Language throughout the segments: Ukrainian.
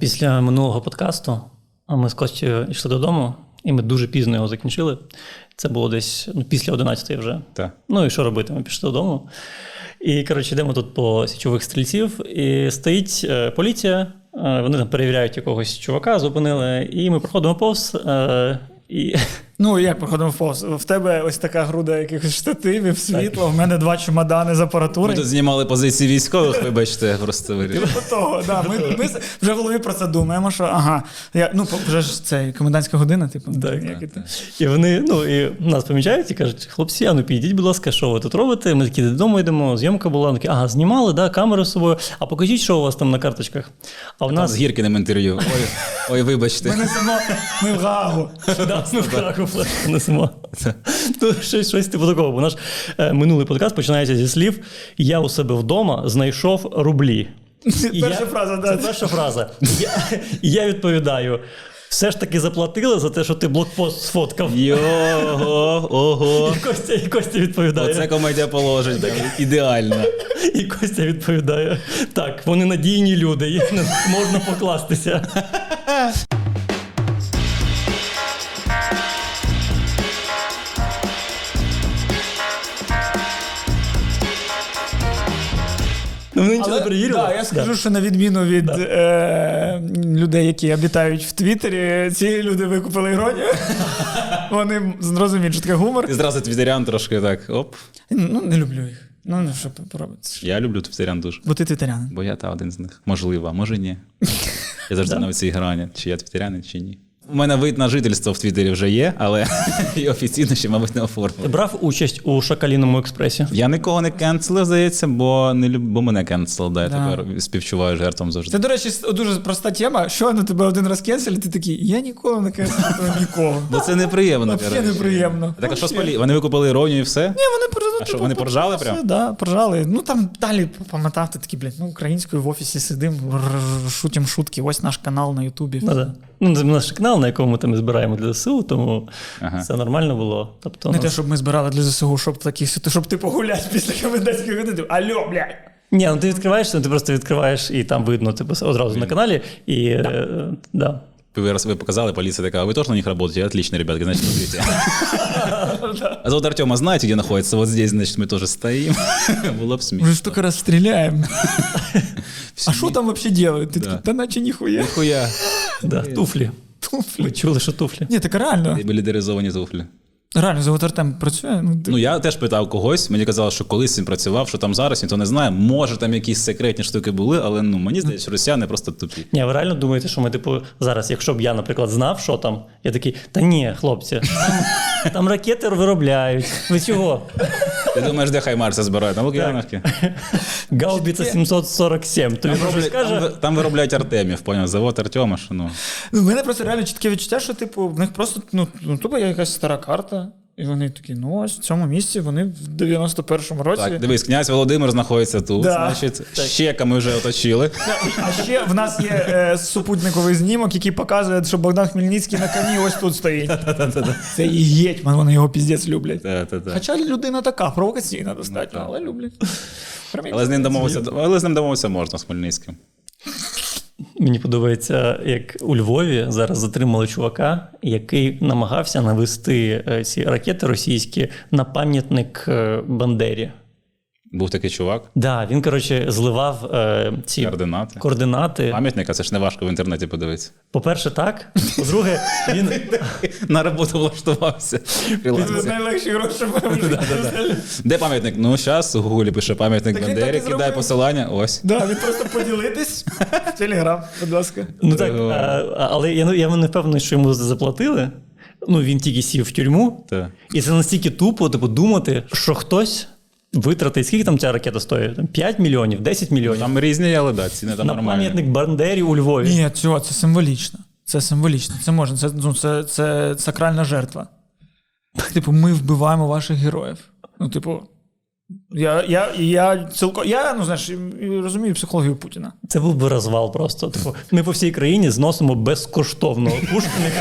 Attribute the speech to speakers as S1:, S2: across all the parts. S1: Після минулого подкасту ми з Костю йшли додому, і ми дуже пізно його закінчили. Це було десь ну, після 11 вже.
S2: Так.
S1: Ну і що робити? Ми пішли додому. І коротше, йдемо тут по січових стрільців, і стоїть е, поліція. е, Вони там перевіряють якогось чувака, зупинили, і ми проходимо повз. е, І
S3: Ну, як проходимо повз? В тебе ось така груда якихось штативів, світло, в мене два чемодани з апаратури.
S2: Ми тут знімали позиції військових, вибачте, я просто вирішив.
S3: Типу того, да. Ми, ми з- вже в голові про це думаємо, що ага. Я, ну, по- вже ж це комендантська година, типу.
S1: Так.
S3: як і ти.
S1: І вони ну і нас помічають і кажуть: хлопці, а ну підіть, будь ласка, що ви тут робите? Ми такі додому йдемо, зйомка була. Вони такі, ага, знімали, да, камеру з собою. А покажіть, що у вас там на карточках. А в
S2: Там
S1: нас
S2: з Гіркіним інтерв'ю. Ой, ой,
S3: Ми
S2: вибачте.
S3: несемо, ми в Гаагу.
S1: Да,
S3: Ну,
S1: ми в Гаагу флешку несемо. Ну, щось, щось типу такого. Бо наш е, минулий подкаст починається зі слів: Я у себе вдома знайшов рублі. І
S3: Перша
S1: я-
S3: фраза,
S1: Це
S3: да.
S1: перша фраза. Я, і я відповідаю: все ж таки заплатили за те, що ти блокпост сфоткав.
S2: Його, ого.
S1: І Костя, і Костя відповідає.
S2: Оце комедія положить, прям ідеально.
S1: І Костя відповідає: так, вони надійні люди, їх не можна покластися. Ну, вони нічого не перевірили.
S3: да, я скажу, що на відміну від е, людей, які обітають в Твіттері, ці люди викупили іронію. Вони зрозуміють, що таке гумор.
S2: Ти зразу твіттерян трошки так. Оп.
S3: Ну, не люблю їх. Ну, ну, що поробити.
S2: Я люблю твіттерян дуже.
S3: Бо ти твіттерянин.
S2: Бо я та один з них. Можливо, а може ні. Я завжди на цій грані, чи я твіттерянин, чи ні. У мене вид на жительство в Твіттері вже є, але і офіційно ще, мабуть, не
S1: Ти
S2: оформили.
S1: брав участь у шакаліному експресі.
S2: Я нікого не кенселив, здається, бо не люб... бо мене кенсел, да, я
S3: Да.
S2: тепер співчуваю жертвам завжди.
S3: Це, до речі, с- дуже проста тема. Що на тебе один раз кенселі, ти такий, я ніколи не кенселю нікого.
S2: Бо Ну, це неприємно.
S3: Вообще
S2: коротше.
S3: неприємно.
S2: Так а що з
S3: Вообще.
S2: полі? Вони викупили іронію і все?
S3: Ні, вони поржали.
S2: А що, вони поржали прям?
S3: Да, поржали. Ну там далі пам'ятав, ти такий, блін, ну українською в офісі сидим, р- шутім шутки. Ось наш канал на Ютубі.
S1: Ну, да. ну, це наш канал, на якому ми там збираємо для ЗСУ, тому
S2: Ага.
S1: це нормально було. Тобто,
S3: Не
S1: ну,
S3: те, щоб ми збирали для ЗСУ, щоб такі щоб ти погуляти після комендантської години. Алло, блядь.
S1: Ні, ну ти відкриваєш, ну ти просто відкриваєш і там видно типу, одразу на каналі. І, е, е, да.
S2: Типу, Ви, раз- ви показали, полиция такая, вы тоже на них работаете? Отлично, ребятки, значит, смотрите. А зовут Артема, знаете, где находится? Вот здесь, значит, мы тоже стоим. Было бы
S3: Ми
S2: смешно.
S3: ж стільки раз стріляємо. А що там взагалі роблять? Ти
S2: Да.
S3: такий, та наче ніхуя.
S2: Нихуя.
S1: Да, туфлі.
S3: Туфлі.
S1: Ми чули, що туфлі.
S3: Ні, так реально.
S2: Були деризовані туфлі.
S3: Реально, золотар темп працює. Ну, ти-
S2: Ну я теж питав когось, мені казали, що колись він працював, що там зараз ніхто не знає. Може, там якісь секретні штуки були, але ну мені здається, що росіяни просто тупі.
S1: Ні, ви реально думаєте, що ми, типу, зараз, якщо б я, наприклад, знав, що там, я такий, та ні, хлопці, там, там ракети виробляють. Ви чого?
S2: Ти думаєш, де Хаймарса збирають? На Лук'яновки?
S1: Гаубіца 747. Тобі
S2: Там
S1: хтось
S2: виробляють- там ви-
S1: каже?
S2: Там виробляють Артемів, поняв, завод Артема, що ну.
S3: Ну, в мене просто реально чітке відчуття, що типу, в них просто ну, ну тупо є якась стара карта, і вони такі, ну ось в цьому місці вони в 91-му році.
S2: Так, дивись, князь Володимир знаходиться тут,
S3: Да.
S2: значить, щека ми вже оточили.
S3: А ще в нас є е, супутниковий знімок, який показує, що Богдан Хмельницький на коні ось тут стоїть. Це і гетьман, вони його піздець люблять.
S2: Та-та-та.
S3: Хоча людина така, провокаційна достатньо,
S2: так.
S3: але люблять. Прям як
S2: Але з ним домовився, але з ним домовився можна з Хмельницьким.
S1: Мені подобається, як у Львові зараз затримали чувака, який намагався навести е, ці ракети російські на пам'ятник е, Бандері.
S2: Був такий чувак,
S1: Да, він, коротше, зливав е, ці
S2: координати.
S1: координати.
S2: Пам'ятника, це ж не важко в інтернеті подивитися.
S1: По-перше, так. По-друге, він
S2: На роботу влаштувався.
S3: Це
S2: Фрілансер.
S3: найлегші гроші.
S2: Де пам'ятник? Ну, зараз у Гуглі пише пам'ятник
S3: Так він
S2: Бандері,
S3: так і
S2: кидає
S3: зробив.
S2: посилання. Ось.
S3: Да, він просто поділитись в телеграм, будь ласка.
S1: ну так,
S2: Дорого.
S1: а, а- але я, ну, я не впевнений, що йому заплатили. Ну він тільки сів в тюрму,
S2: Так.
S1: і це настільки тупо, типу, думати, що хтось витратить. Скільки там ця ракета стоїть? Там 5 мільйонів, 10 мільйонів.
S2: Там різні, але да, ціни там
S1: на
S2: нормальні.
S1: пам'ятник Бандері у Львові.
S3: Ні, цього, це символічно. Це символічно. Це можна. Це, ну, це, це сакральна жертва. Типу, ми вбиваємо ваших героїв. Ну, типу, Я, я, я, цілком, я ну, знаєш, розумію психологію Путіна.
S1: Це був би розвал просто. Типу, ми по всій країні зносимо безкоштовно Пушкіних.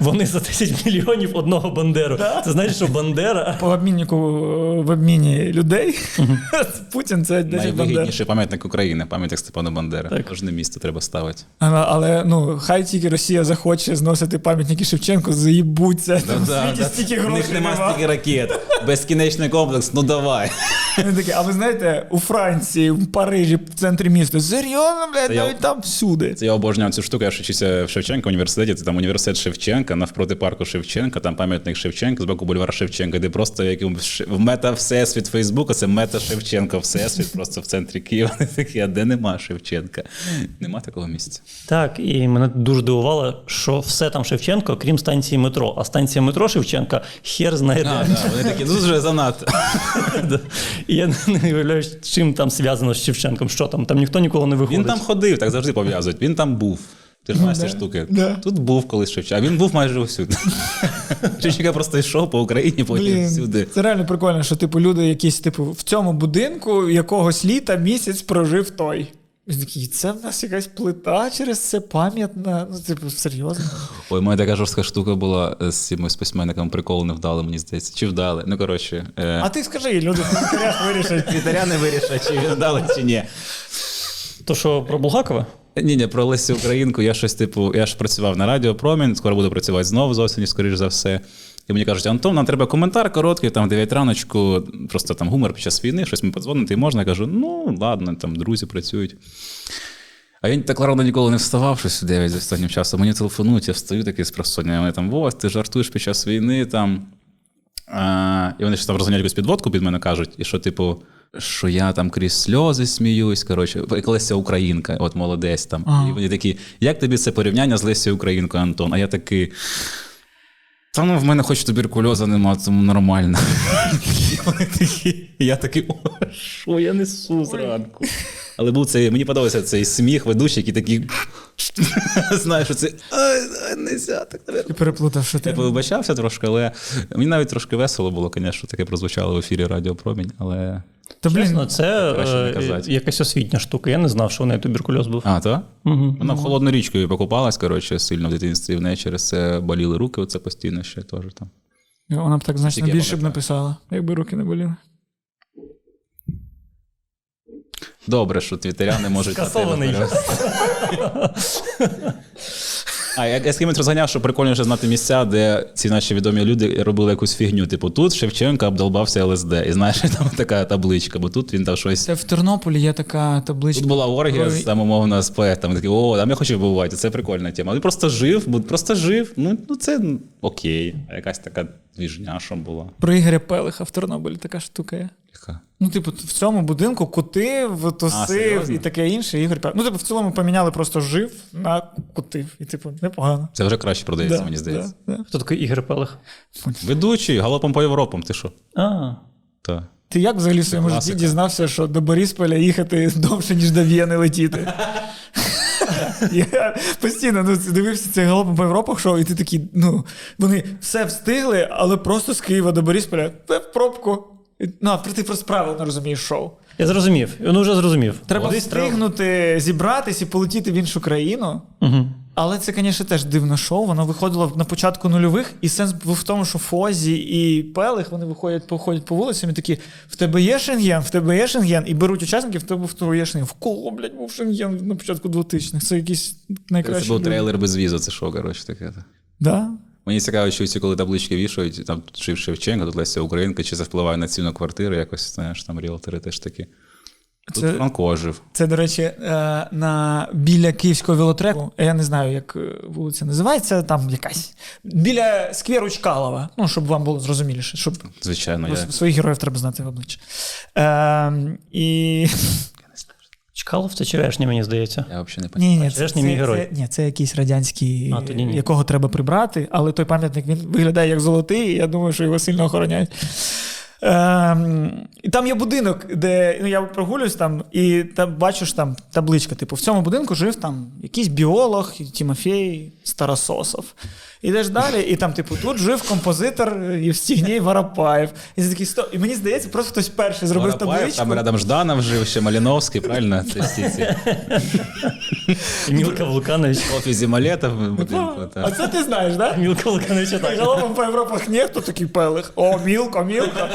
S1: Вони за 10 мільйонів одного Бандеру. Це значить, що Бандера.
S3: По обміннику е, в обміні людей Путін це 10 бандер.
S2: Найвигідніший пам'ятник України, пам'ятник Степану Бандери. Кожне місто треба ставити.
S3: А, Але ну, хай тільки Росія захоче зносити пам'ятники Шевченку, заїбуться. Там в світі стільки
S2: В
S3: грошей
S2: них нема
S3: нема.
S2: стільки ракет. Безкінечний комплекс, ну давай.
S3: Вони такі, а ви знаєте, у Франції, в Парижі, в центрі міста, серйозно, блядь,
S2: я-
S3: навіть там всюди.
S2: Це я обожнював цю штуку. Я ще вчився в Шевченка університеті. Це там університет Шевченка, навпроти парку Шевченка, там пам'ятник Шевченка з боку бульвара Шевченка, де просто як в мета всесвіт Фейсбука, це мета Шевченка, всесвіт, просто в центрі Києва. Вони Такі, а де нема Шевченка? Нема такого місця.
S1: Так, і мене дуже дивувало, що все там Шевченко, крім станції метро. А станція метро Шевченка хер знає.
S2: А,
S1: де.
S2: да, вони такі, ну вже занадто.
S1: Да. І я не уявляю, з чим там зв'язано з Шевченком. Що там? Там ніхто ніколи не виходить.
S2: Він там ходив, так завжди пов'язують. Він там був. Ти ж маєш ці штуки.
S3: Ну да.
S2: Тут був колись Шевченка, а він був майже усюди. Шевченка просто йшов по Україні, потім
S3: Блін,
S2: всюди.
S3: це реально прикольно, що типу люди якісь, типу, в цьому будинку якогось літа місяць прожив той. І такі, це в нас якась плита через це пам'ятна. Ну, типу, серйозно.
S2: Ой, у мене така жорстка штука була е, з якимось письменником, прикол не вдали, мені здається. Чи вдали? Ну коротше.
S3: А
S2: Е...
S3: ти скажи, люди в коментарях вирішать.
S2: не вирішать, чи вдали, чи ні.
S1: То що про Булгакова?
S2: Ні, ні, про Лесю Українку. Я щось типу, я ж працював на Радіо Промінь, скоро буду працювати знову з осені, скоріш за все. І мені кажуть, Антон, нам треба коментар короткий, там 9 раночку, просто там гумор під час війни, щось ми подзвонити можна. Я кажу, ну ладно, там друзі працюють. А я так рано ніколи не вставав щось у 9 за останнім часом. Мені телефонують, я встаю такий з просоння. Вони там, Вова, ти жартуєш під час війни там. А, і вони ще там розганяють якусь підводку під мене кажуть, і що, типу, що я там крізь сльози сміюсь. Коротше, як Леся Українка, от молодець там. І вони такі, як тобі це порівняння з Лесією Українкою, Антон? А я такий. Та ну в мене хоч туберкульоза нема, тому нормально. І вони такі- і я такий, о, що я несу зранку. Але був цей, мені подобався цей сміх ведучий, який такий. Знаю, що це «Ай, ай, нельзя, так, наверное.
S3: Ти переплутав, що
S2: Я
S3: ти.
S2: повибачався трошки, але мені навіть трошки весело було, звісно, що таке прозвучало в ефірі Радіо Промінь, але.
S3: Та
S1: Чесно,
S3: блін,
S1: це
S2: краще не
S1: е,
S2: казати.
S1: якась освітня штука. Я не знав, що у неї туберкульоз був.
S2: А, то? Вона холодною річкою покупалась, коротше, сильно в дитинстві. В неї через це боліли руки, оце постійно ще теж там.
S3: вона б так значно
S2: Тільки я
S3: більше б написала, якби руки не боліли.
S2: Добре, що твіттеряни можуть. на тебе
S1: Скасований.
S2: перевести. А я, я з кимось розганяв, що прикольніше знати місця, де ці наші відомі люди робили якусь фігню. Типу, тут Шевченка обдолбався ЛСД. І знаєш, там така табличка, бо тут він там щось
S3: Це в Тернополі є така
S2: Тут
S3: табличка.
S2: була оргія
S3: Ой.
S2: там умовно з поетами. Такі, о, там я хочу побувати, це прикольна тема. Він просто жив, бу- просто жив. Ну, ну це ну, окей. А якась така двіжня, що була.
S3: Про Ігоря Пелиха в Тернополі така штука є.
S2: Яка?
S3: Ну, типу, в цьому будинку кутив, тусив
S2: серйозно?
S3: і таке інше. Ігор Пелих. Ну, типу, в цілому поміняли просто жив на кутив. І, типу, непогано.
S2: Це вже краще продається,
S3: Да,
S2: мені здається.
S3: да, да.
S1: Хто такий Ігор Пелих?
S2: Ведучий, галопом по Європам, ти що?
S1: А,
S2: Та.
S3: Ти як взагалі в своєму житті
S2: класика.
S3: дізнався, що до Борисполя їхати довше, ніж до В'єни летіти? Я постійно ну, дивився цей галопом по Європах шоу, і ти такий, ну, вони все встигли, але просто з Києва до Борисполя це в пробку. І- Ну, а ти просто правильно розумієш шоу.
S1: я зрозумів. Ну вже зрозумів.
S3: Треба
S1: Десь
S3: встигнути зібратись і полетіти в іншу країну.
S1: Угу.
S3: Але це, звісно, теж дивне шоу. Воно виходило на початку нульових, і сенс був в тому, що Фозі і Пелих вони виходять, походять по вулицям і такі: в тебе є шенген, в тебе є шенген, і беруть учасників, в тебе в тебе є шенген. В кого, блядь, був шенген на початку 2000 х Це якісь
S2: Це
S3: найкращі.
S2: був
S3: люди.
S2: трейлер без візу, це що, коротше, таке.
S3: Да?
S2: Мені цікаво, що ці, коли таблички вішають, там тут жив Шевченко, тут Леся Українка, чи це впливає на ціну квартири, якось, знаєш, там ріелтори теж такі. Тут
S3: Це-
S2: Франко жив.
S3: Це, до речі, е, на біля київського велотреку. Я не знаю, як е, вулиця називається, там якась. Біля скверу Чкалова. Ну, щоб вам було зрозуміліше, щоб
S2: Звичайно, я.
S3: Просто своїх Ну, героїв треба знати в обличчя. Е, і...
S1: Чкалов це черешня, мені здається.
S2: Я взагалі не пам'ятаю.
S3: Ні, ні,
S1: це ж не мій герой.
S3: Це, ні, це якийсь радянський,
S1: А, тоді ні.
S3: якого треба прибрати, але той пам'ятник він виглядає як золотий, і я думаю, що його сильно охороняють. Ем, і там є будинок, де ну, я прогулююсь там, і там бачиш там табличка. Типу, в цьому будинку жив там якийсь біолог, Тимофей Старососов. Ідеш далі, і там, типу, тут жив композитор Євстігній Варапаєв. І, ти такий, «Стоп». і мені здається, просто хтось перший зробив
S2: Воропаєв,
S3: табличку.
S2: там рядом Жданов жив, ще Маліновський, правильно? Це всі ці
S1: Мілка Вулканович.
S2: офісі Малетов в
S3: А,
S2: будинку.
S3: Ну, а
S2: так.
S3: це ти знаєш, так? Да?
S1: Мілка Вулкановича
S3: Так,
S1: так.
S3: Головом по Європах нехто такий пелих. О, мілко, мілко.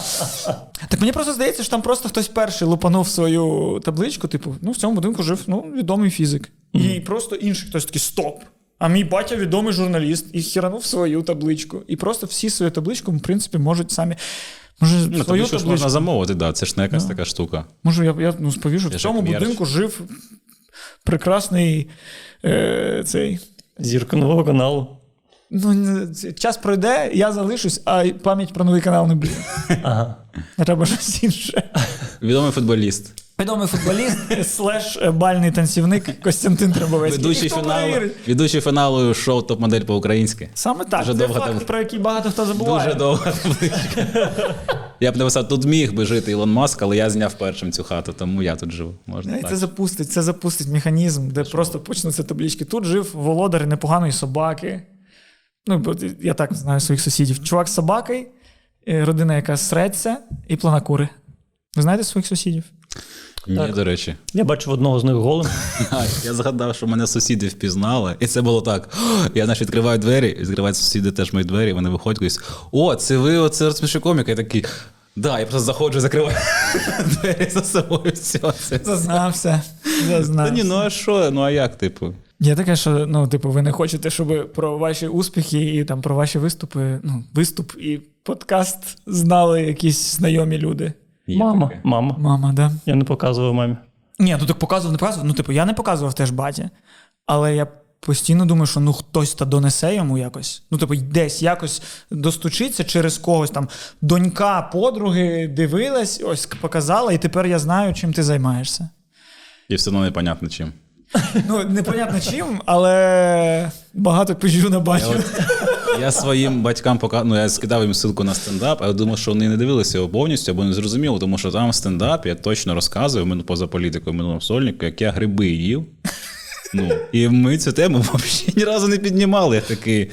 S3: так мені просто здається, що там просто хтось перший лупанув свою табличку, типу, ну в цьому будинку жив ну, відомий фізик. І просто інший хтось такий стоп. А мій батя відомий журналіст і хіранув свою табличку. І просто всі свою табличку, в принципі, можуть самі. Може,
S2: Ну,
S3: свою
S2: тому
S3: табличку.
S2: що ж можна замовити, да, це ж не якась така штука.
S3: Може, я, я ну, сповіжу, в
S2: Як
S3: цьому
S2: мерч.
S3: будинку жив прекрасний е, цей.
S1: Зірка нового каналу.
S3: Ну, не- це- час пройде, я залишусь, а й пам'ять про новий канал не буде.
S1: Ага.
S3: Треба щось інше.
S2: Відомий футболіст.
S3: Відомий футболіст, слеш е, бальний танцівник Костянтин Требовецький.
S2: Ведучий
S3: Ніхто
S2: фіналу,
S3: перевірить.
S2: ведучий фіналу шоу Топ-модель по-українськи.
S3: Саме так.
S2: Дуже
S3: це
S2: довго
S3: факт,
S2: там-
S3: про який багато хто забуває.
S2: Дуже довго. Я б написав, тут міг би жити Ілон Маск, але я зняв першим цю хату, тому я тут живу. Можна
S3: Знаєте,
S2: так.
S3: Ну, Це запустить, це запустить механізм, де просто почнуться таблички. Тут жив володар непоганої собаки. Ну, бо я так знаю своїх сусідів. Чувак з собакою, е, родина, яка среться, і планакури. Ви знаєте своїх сусідів?
S2: Ні, до речі.
S1: Я бачив одного з них голим.
S2: А, Я згадав, що мене сусіди впізнали, і це було так. «О!» Я значить, відкриваю двері, і відкривають сусіди теж мої двері, вони виходять колись. О, це ви, оце розмішу коміка. Я такий. Да, я просто заходжу, закриваю двері за собою. Все, це.
S3: Зазнався.
S2: Та
S3: Зазнався.
S2: ні, ну а що? Ну а як, типу?
S3: Я таке, що ну, типу, ви не хочете, щоб про ваші успіхи і там про ваші виступи, ну, виступ і подкаст знали якісь знайомі люди.
S2: Є
S1: Мама.
S2: таке.
S1: Мама.
S3: Мама, да.
S1: Я не показував мамі.
S3: Ні, ну так показував, не показував. Ну, типу, я не показував теж баті. Але я постійно думаю, що ну хтось та донесе йому якось. Ну, типу, десь якось достучиться через когось там. Донька подруги дивилась, ось показала, і тепер я знаю, чим ти займаєшся.
S2: І все одно непонятно чим.
S3: Ну, непонятно чим, але багато пижу на
S2: Я,
S3: батю.
S2: от, я своїм батькам пока... ну, я скидав їм ссылку на стендап, а я думав, що вони не дивилися його повністю, або не зрозуміли, тому що там в стендап я точно розказував мину поза політикою минулого сольнику, як я гриби їв. Ну, і ми цю тему взагалі ні разу не піднімали. Я такий.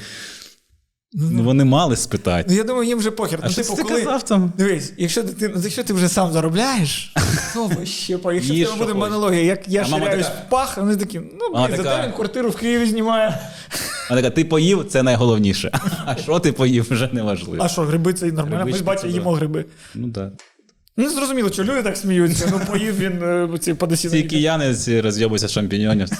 S2: Ну, вони мали спитати.
S3: Ну, я думаю, їм вже похер.
S2: А
S3: ну,
S2: що
S3: типу,
S2: ти
S3: коли...
S2: казав там?
S3: Дивись, якщо ти, ну, якщо ти вже сам заробляєш, то ви ще по якщо в
S2: Їж,
S3: тебе
S2: що
S3: буде
S2: хочеш.
S3: монологія, як я
S2: А мама
S3: ширяюсь
S2: така-
S3: в пах, вони такі, ну
S2: Мама
S3: блін,
S2: така-
S3: зате він квартиру в Києві знімає.
S2: А така, ти поїв, це найголовніше. А що ти поїв, вже не важливо.
S3: А що, гриби це і нормально? Ми
S2: Грибички
S3: ж бачимо,
S2: це
S3: їмо гриби.
S2: Ну так.
S3: Ну зрозуміло, що люди так сміються. Ну поїв він е, ці
S2: Ці
S3: подосіни.
S2: кияни ці розйобуються з шампіньонів, це,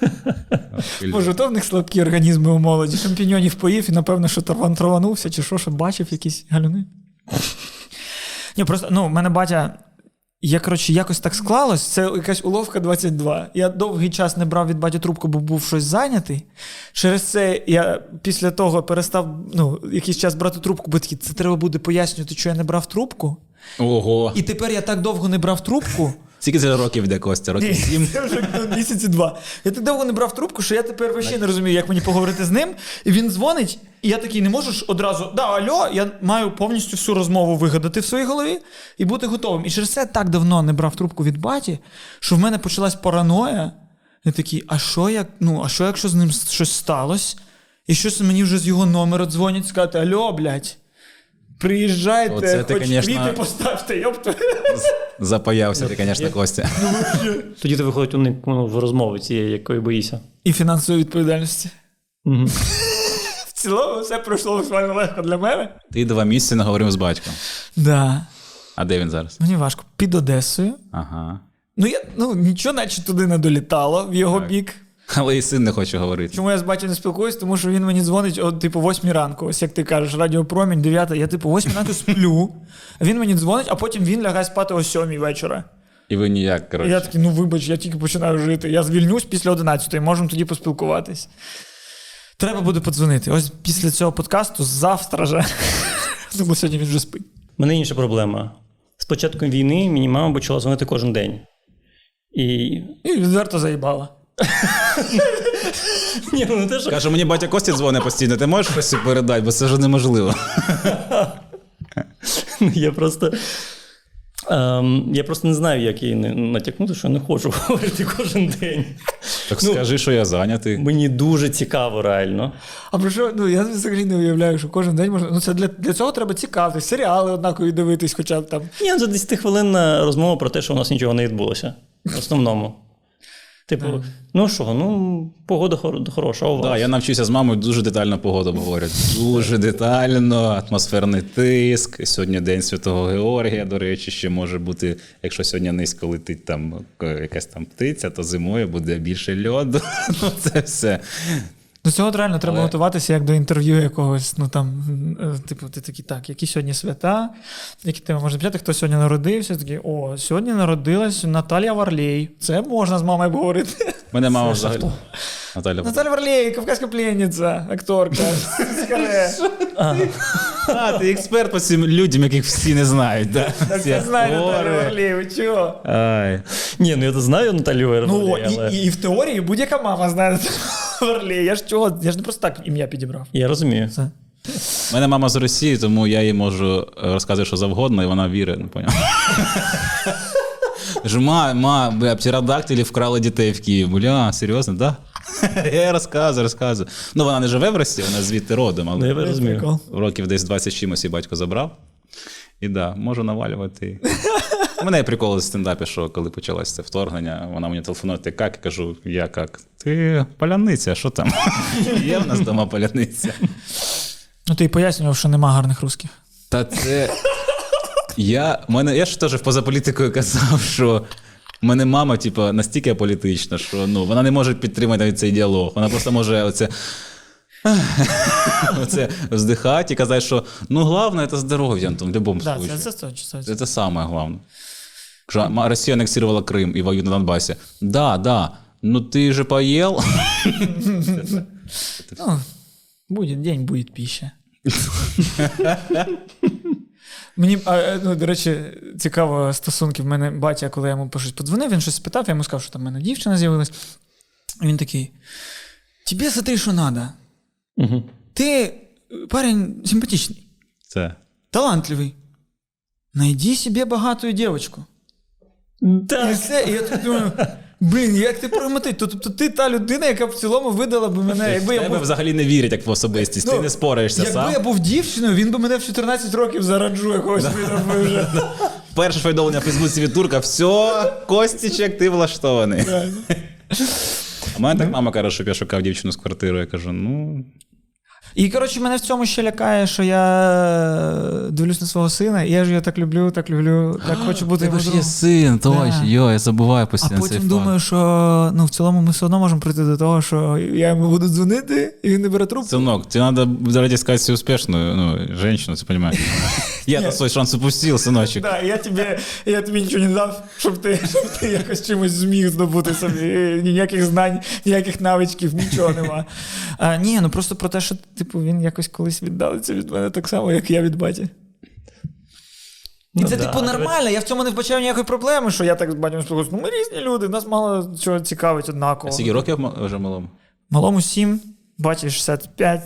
S2: звісно.
S3: Боже, то в них слабкі організми у молоді. Шампіньонів поїв і, напевно, що тарван траванувся, чи що, що бачив якісь галюни. Ні, просто, ну, в мене батя. Я, коротше, якось так склалось, це якась уловка 22. Я довгий час не брав від батя трубку, бо був щось зайнятий. Через це я після того перестав ну, якийсь час брати трубку, бо такий, це треба буде пояснювати, що я не брав трубку.
S2: Ого.
S3: І тепер я так довго не брав трубку.
S2: Скільки це років де Костя? Років сім?
S3: Ні, це вже ну, місяці два. Я так довго не брав трубку, що я тепер взагалі не розумію, як мені поговорити з ним. І він дзвонить, і я такий не можу ж одразу. Да, альо, я маю повністю всю розмову вигадати в своїй голові і бути готовим. І через це я так давно не брав трубку від баті, що в мене почалась параноя. Я такий, а що як, ну, а що, якщо з ним щось сталося? І щось мені вже з його номера дзвонять, сказати: Альо, блядь, приїжджайте,
S2: Оце ти,
S3: хоч
S2: конечно,
S3: квіти поставте, йопта.
S2: Запаявся ти, звісно, Костя.
S1: Тоді ти виходить уник ну, в розмови цієї, якої боїшся.
S3: І фінансової відповідальності.
S1: Мгм.
S3: В цілому все пройшло максимально легко для мене.
S2: Ти два місяці не говорив з батьком.
S3: Да.
S2: А де він зараз?
S3: Мені важко. Під Одесою.
S2: Ага.
S3: Ну, я, ну нічого, наче туди не долітало в його
S2: Так.
S3: бік.
S2: Але і син не хоче говорити.
S3: Чому я з батьком не спілкуюсь? Тому що він мені дзвонить о, типу, 8 ранку. Ось як ти кажеш, радіопромінь, 9. Я типу 8 ранку сплю. Він мені дзвонить, а потім він лягає спати о 7 вечора.
S2: І ви ніяк,
S3: І я
S2: коротше.
S3: такий, ну вибач, я тільки починаю жити. Я звільнюсь після 11, можемо тоді поспілкуватись. Треба буде подзвонити. Ось після цього подкасту завтра же. Ну, бо сьогодні він вже спить.
S1: У мене інша проблема. З початком війни мені мама почала дзвонити кожен день. І.
S3: І відверто заїбала.
S1: Ні, ну не те, що
S2: Каже, мені батя Костя дзвонить постійно, ти можеш щось передати, бо це ж неможливо.
S1: Я просто. Ем, я просто не знаю, як їй не- натякнути, що я не хочу говорити кожен день.
S2: Так
S1: Ну,
S2: скажи, що я зайнятий.
S1: Мені дуже цікаво, реально.
S3: А про що? Ну я взагалі не уявляю, що кожен день можна. Ну це для, для цього треба цікавитись, серіали однакові дивитись, хоча б там.
S1: Ні, ну, це 10 хвилинна розмова про те, що у нас нічого не відбулося. В основному. Типу, ну що, ну, погода хор- хороша, а у вас.
S2: Да, я навчився з мамою дуже детально погоду говорять. Дуже детально, атмосферний тиск. Сьогодні день Святого Георгія. До речі, ще може бути, якщо сьогодні низько летить там е, якась там птиця, то зимою буде більше льоду. Ну це все.
S3: До цього от реально треба
S2: Але-
S3: готуватися як до інтерв'ю якогось. Ну там, е, типу, ти такі, так, які сьогодні свята, які теми можна взяти, хто сьогодні народився, такі, о, сьогодні народилась Наталія Варлей. Це можна з мамою обговорити.
S2: Мене мама взагалі. Наталя.
S3: Наталя Варлей, кавказька пленниця, акторка. Скоре.
S2: А, ти експерт по цим людям, яких всі не знають. Да? Всі
S3: Я знаю
S2: актори.
S3: Наталю Варлей, ви чого?
S2: Ай.
S1: Ні, ну я то знаю Наталю Верлі,
S3: Ну,
S1: але...
S3: і, і, і в теорії будь-яка мама знає Наталю Варлей. Я ж чого? Я ж не просто так ім'я підібрав.
S1: Я розумію.
S3: Це.
S2: У мене мама з Росії, тому я їй можу е, розказувати, що завгодно, і вона вірить, не поняв. Кажу, Ма, ма, бля, птеродактилі вкрали дітей в Київ. Бля, серйозно, да? Я їй розказую, розказую. Ну, вона не живе в Росії, вона звідти родом,
S1: Ну,
S2: але
S1: я розумію.
S3: Прикол.
S2: років десь 20 з чимось її батько забрав. І да, можу навалювати. У мене є прикол з стендапі, що коли почалось це вторгнення, вона мені телефонує, ти як? Я кажу, я як? Ти поляниця, що там? Є в нас дома поляниця.
S3: Ну, ти й пояснював, що нема гарних русських.
S2: Та це. Я, мене, я ж теж поза політикою казав, що в мене мама, типу, настільки аполітична, що ну, вона не може підтримати навіть цей діалог. Вона просто може оце. оце вздихати і казати, що ну головне це здоров'я, Антон, в будь-якому
S3: Да,
S2: случаю.
S3: це, це, точно, це,
S2: Це, це саме головне. Що ма- Росія анексувала Крим і воює на Донбасі. Да, да. Ну ти же поїл.
S3: Ну, будет день, будет пища. Мені, а, е, ну, до речі, цікаво стосунки. В мене батя, коли я йому по щось подзвонив, він щось спитав, я йому сказав, що там в мене дівчина з'явилась. І Він такий: Тебе смотри, що надо.
S1: Угу.
S3: Ти парень симпатичний,
S2: Це.
S3: талантливий. Найди себе багату дівчинку. І
S1: Так.
S3: все, і я так думаю, блін, як ти прагматичний? То- Тобто ти та людина, яка в цілому видала би мене,
S2: В
S3: якби я
S2: тебе
S3: був
S2: взагалі не вірять як в особистість. ти
S3: Ну,
S2: не спораєшся
S3: Якби
S2: сам.
S3: я був дівчиною, він би мене в 14 років зараджу якогось виробив вже.
S2: Перше повідомлення в Фейсбуці від турка: все, Костічек, ти влаштований. А мене так мама каже, щоб я шукав дівчину з квартири. Я кажу, ну.
S3: І коротше, мене в цьому ще лякає, що я дивлюсь на свого сина, і я ж його так люблю, так люблю, так хочу бути його другом.
S2: син,
S3: точно. Да.
S2: Йо, я забуваю
S3: А потім думаю, що ну в цілому ми все одно можемо прийти до того, що я йому буду дзвонити, і він не бере трубку.
S2: Сынок, тебе надо ради искать успешную ну, женщину, ты понимаешь? Я-то свой шанс упустил, сыночек.
S3: Да, я тобі, я тобі нічого не дав, щоб ти, щоб ти якось чимось зміг здобути собі Е, ніяких знань, ніяких навичків, нічого нема. А, ні, ну просто про те, що типу він якось колись віддалиться від мене так само, як я від баті. І
S1: Ну
S3: це,
S1: да,
S3: типу,
S1: до
S3: нормально, я в цьому не вбачаю ніякої проблеми, що я так з батьком спілкуюсь. Ну, ми різні люди, нас мало чого цікавить однаково.
S2: Скільки років м- вже малому?
S3: Малому 7, баті 65.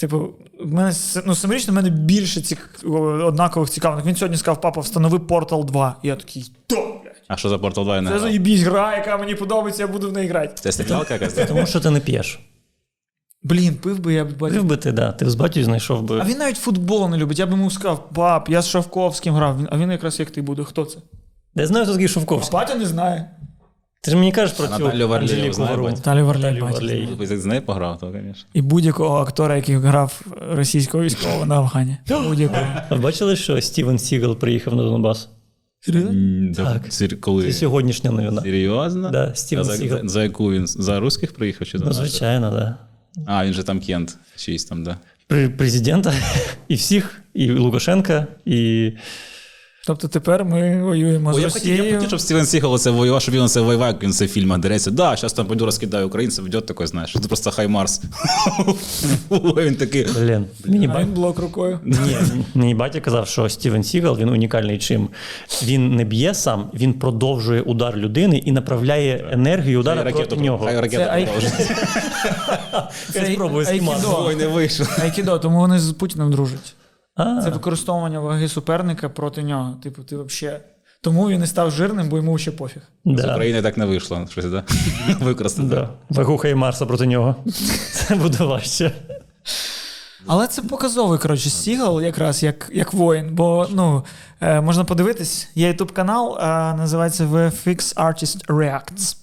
S3: Типу, в мене с- ну, семирічно в мене більше цік... однакових цікавих. Він сьогодні сказав, папа, встанови Portal 2. І я такий, то, блядь,
S2: А що за Portal 2 я не
S3: це
S2: грав?
S3: заїбісь гра, яка мені подобається, я буду в неї грати.
S2: Це стрілялка якась?
S1: Тому що ти не п'єш.
S3: Блін, пив би я б батьків.
S1: Пив би ти, да, ти з батьків знайшов
S3: А
S1: би.
S3: він навіть футбол не любить. Я б йому сказав, пап, я з Шавковським грав. Він- А він якраз як ти буде. Хто це?
S1: Я знаю, хто такий
S3: А
S1: Шовковський.
S3: батя не знає.
S1: Ти ж мені кажеш про цю
S2: Наталю Варлеєву
S1: Анжеліку
S2: знає
S1: Вару.
S2: батько?
S3: Талі Варлей.
S1: Наталю
S3: батя.
S1: Варлеєву.
S2: Якби ти з нею пограв, то, звісно.
S3: І будь-якого актора, який грав російського військового на Афгані. Будь-якого.
S1: А ви бачили, що Стівен Сігал приїхав на Донбас?
S3: Серйозно?
S1: Так. Це
S2: Коли?
S1: сьогоднішня новина.
S2: Серйозно?
S1: Да,
S2: А
S1: Стівен
S2: за,
S1: Сігал.
S2: за, за яку він? За русських приїхав чи за
S1: Ну,
S2: наших?
S1: звичайно, так. Да.
S2: А, він же там Кент, чийсь там, да.
S1: Пр- Президента і всіх, і Лукашенка, і
S3: Тобто тепер ми воюємо
S2: О,
S3: з
S2: я б хотів, я б
S3: Росією.
S2: хотів, щоб Стівен Сігал це воював, щоб він це воював, як він це в фільмах дереться. Да, зараз там пойду розкидаю українців, йде такий, знаєш, це просто Хай Марс. Він такий.
S1: блін. Мені
S3: А
S1: ба...
S3: він блок рукою.
S1: Ні, мені батя казав, що Стівен Сігал він унікальний чим. Він не б'є сам, він продовжує удар людини і направляє енергію
S2: Хай
S1: удара проти
S2: ракету,
S1: нього.
S2: хай ракету
S3: Це ай-
S2: продовжить.
S1: Я спробую
S3: Айкідо.
S1: знімати.
S2: Ой, не вийшло.
S3: Айкідо, тому вони з Путіним дружать.
S1: А,
S3: Це використовування ваги суперника проти нього. Типу, ти взагалі. Тому він не став жирним, бо йому ще пофіг.
S2: З
S1: да,
S2: України так не вийшло щось, да? використати.
S1: да. Вагуха і Марса проти нього. Це буде важче.
S3: Але це показовий, коротше, Сігал якраз як, як воїн. Бо ну, е, можна подивитись, є ютуб канал, е, називається VFX Artist Reacts.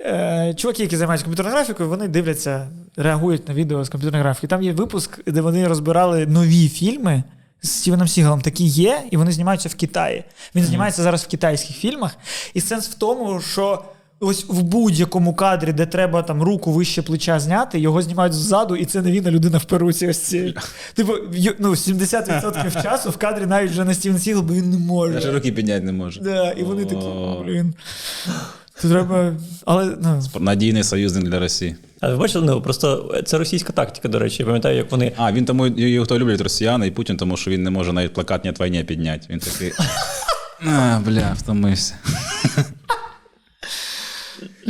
S3: Е, чуваки, які займаються комп'ютерною графікою, вони дивляться, реагують на відео з комп'ютерної графіки. Там є випуск, де вони розбирали нові фільми. З Стівеном Сігалом такі є, і вони знімаються в Китаї. Він знімається зараз в китайських фільмах. І сенс в тому, що ось в будь-якому кадрі, де треба там руку вище плеча зняти, його знімають ззаду, і це невинна людина в перуці. Ось ці. Типу, ю- ну, 70% часу в кадрі навіть вже не Стівен Сігал, бо він не
S2: Навіть
S3: може.
S2: руки підняти не може.
S3: Да, і вони такі,
S2: О.
S3: блін. Це треба. Але ну,
S2: Надійний союзник для Росії.
S1: А ви бачите, ну просто це російська тактика, до речі. Я пам'ятаю, як вони
S2: А, він тому його то люблять росіяни і Путін, тому що він не може навіть плакат «Нет війні» підняти. Він такий. А, бля, втомився.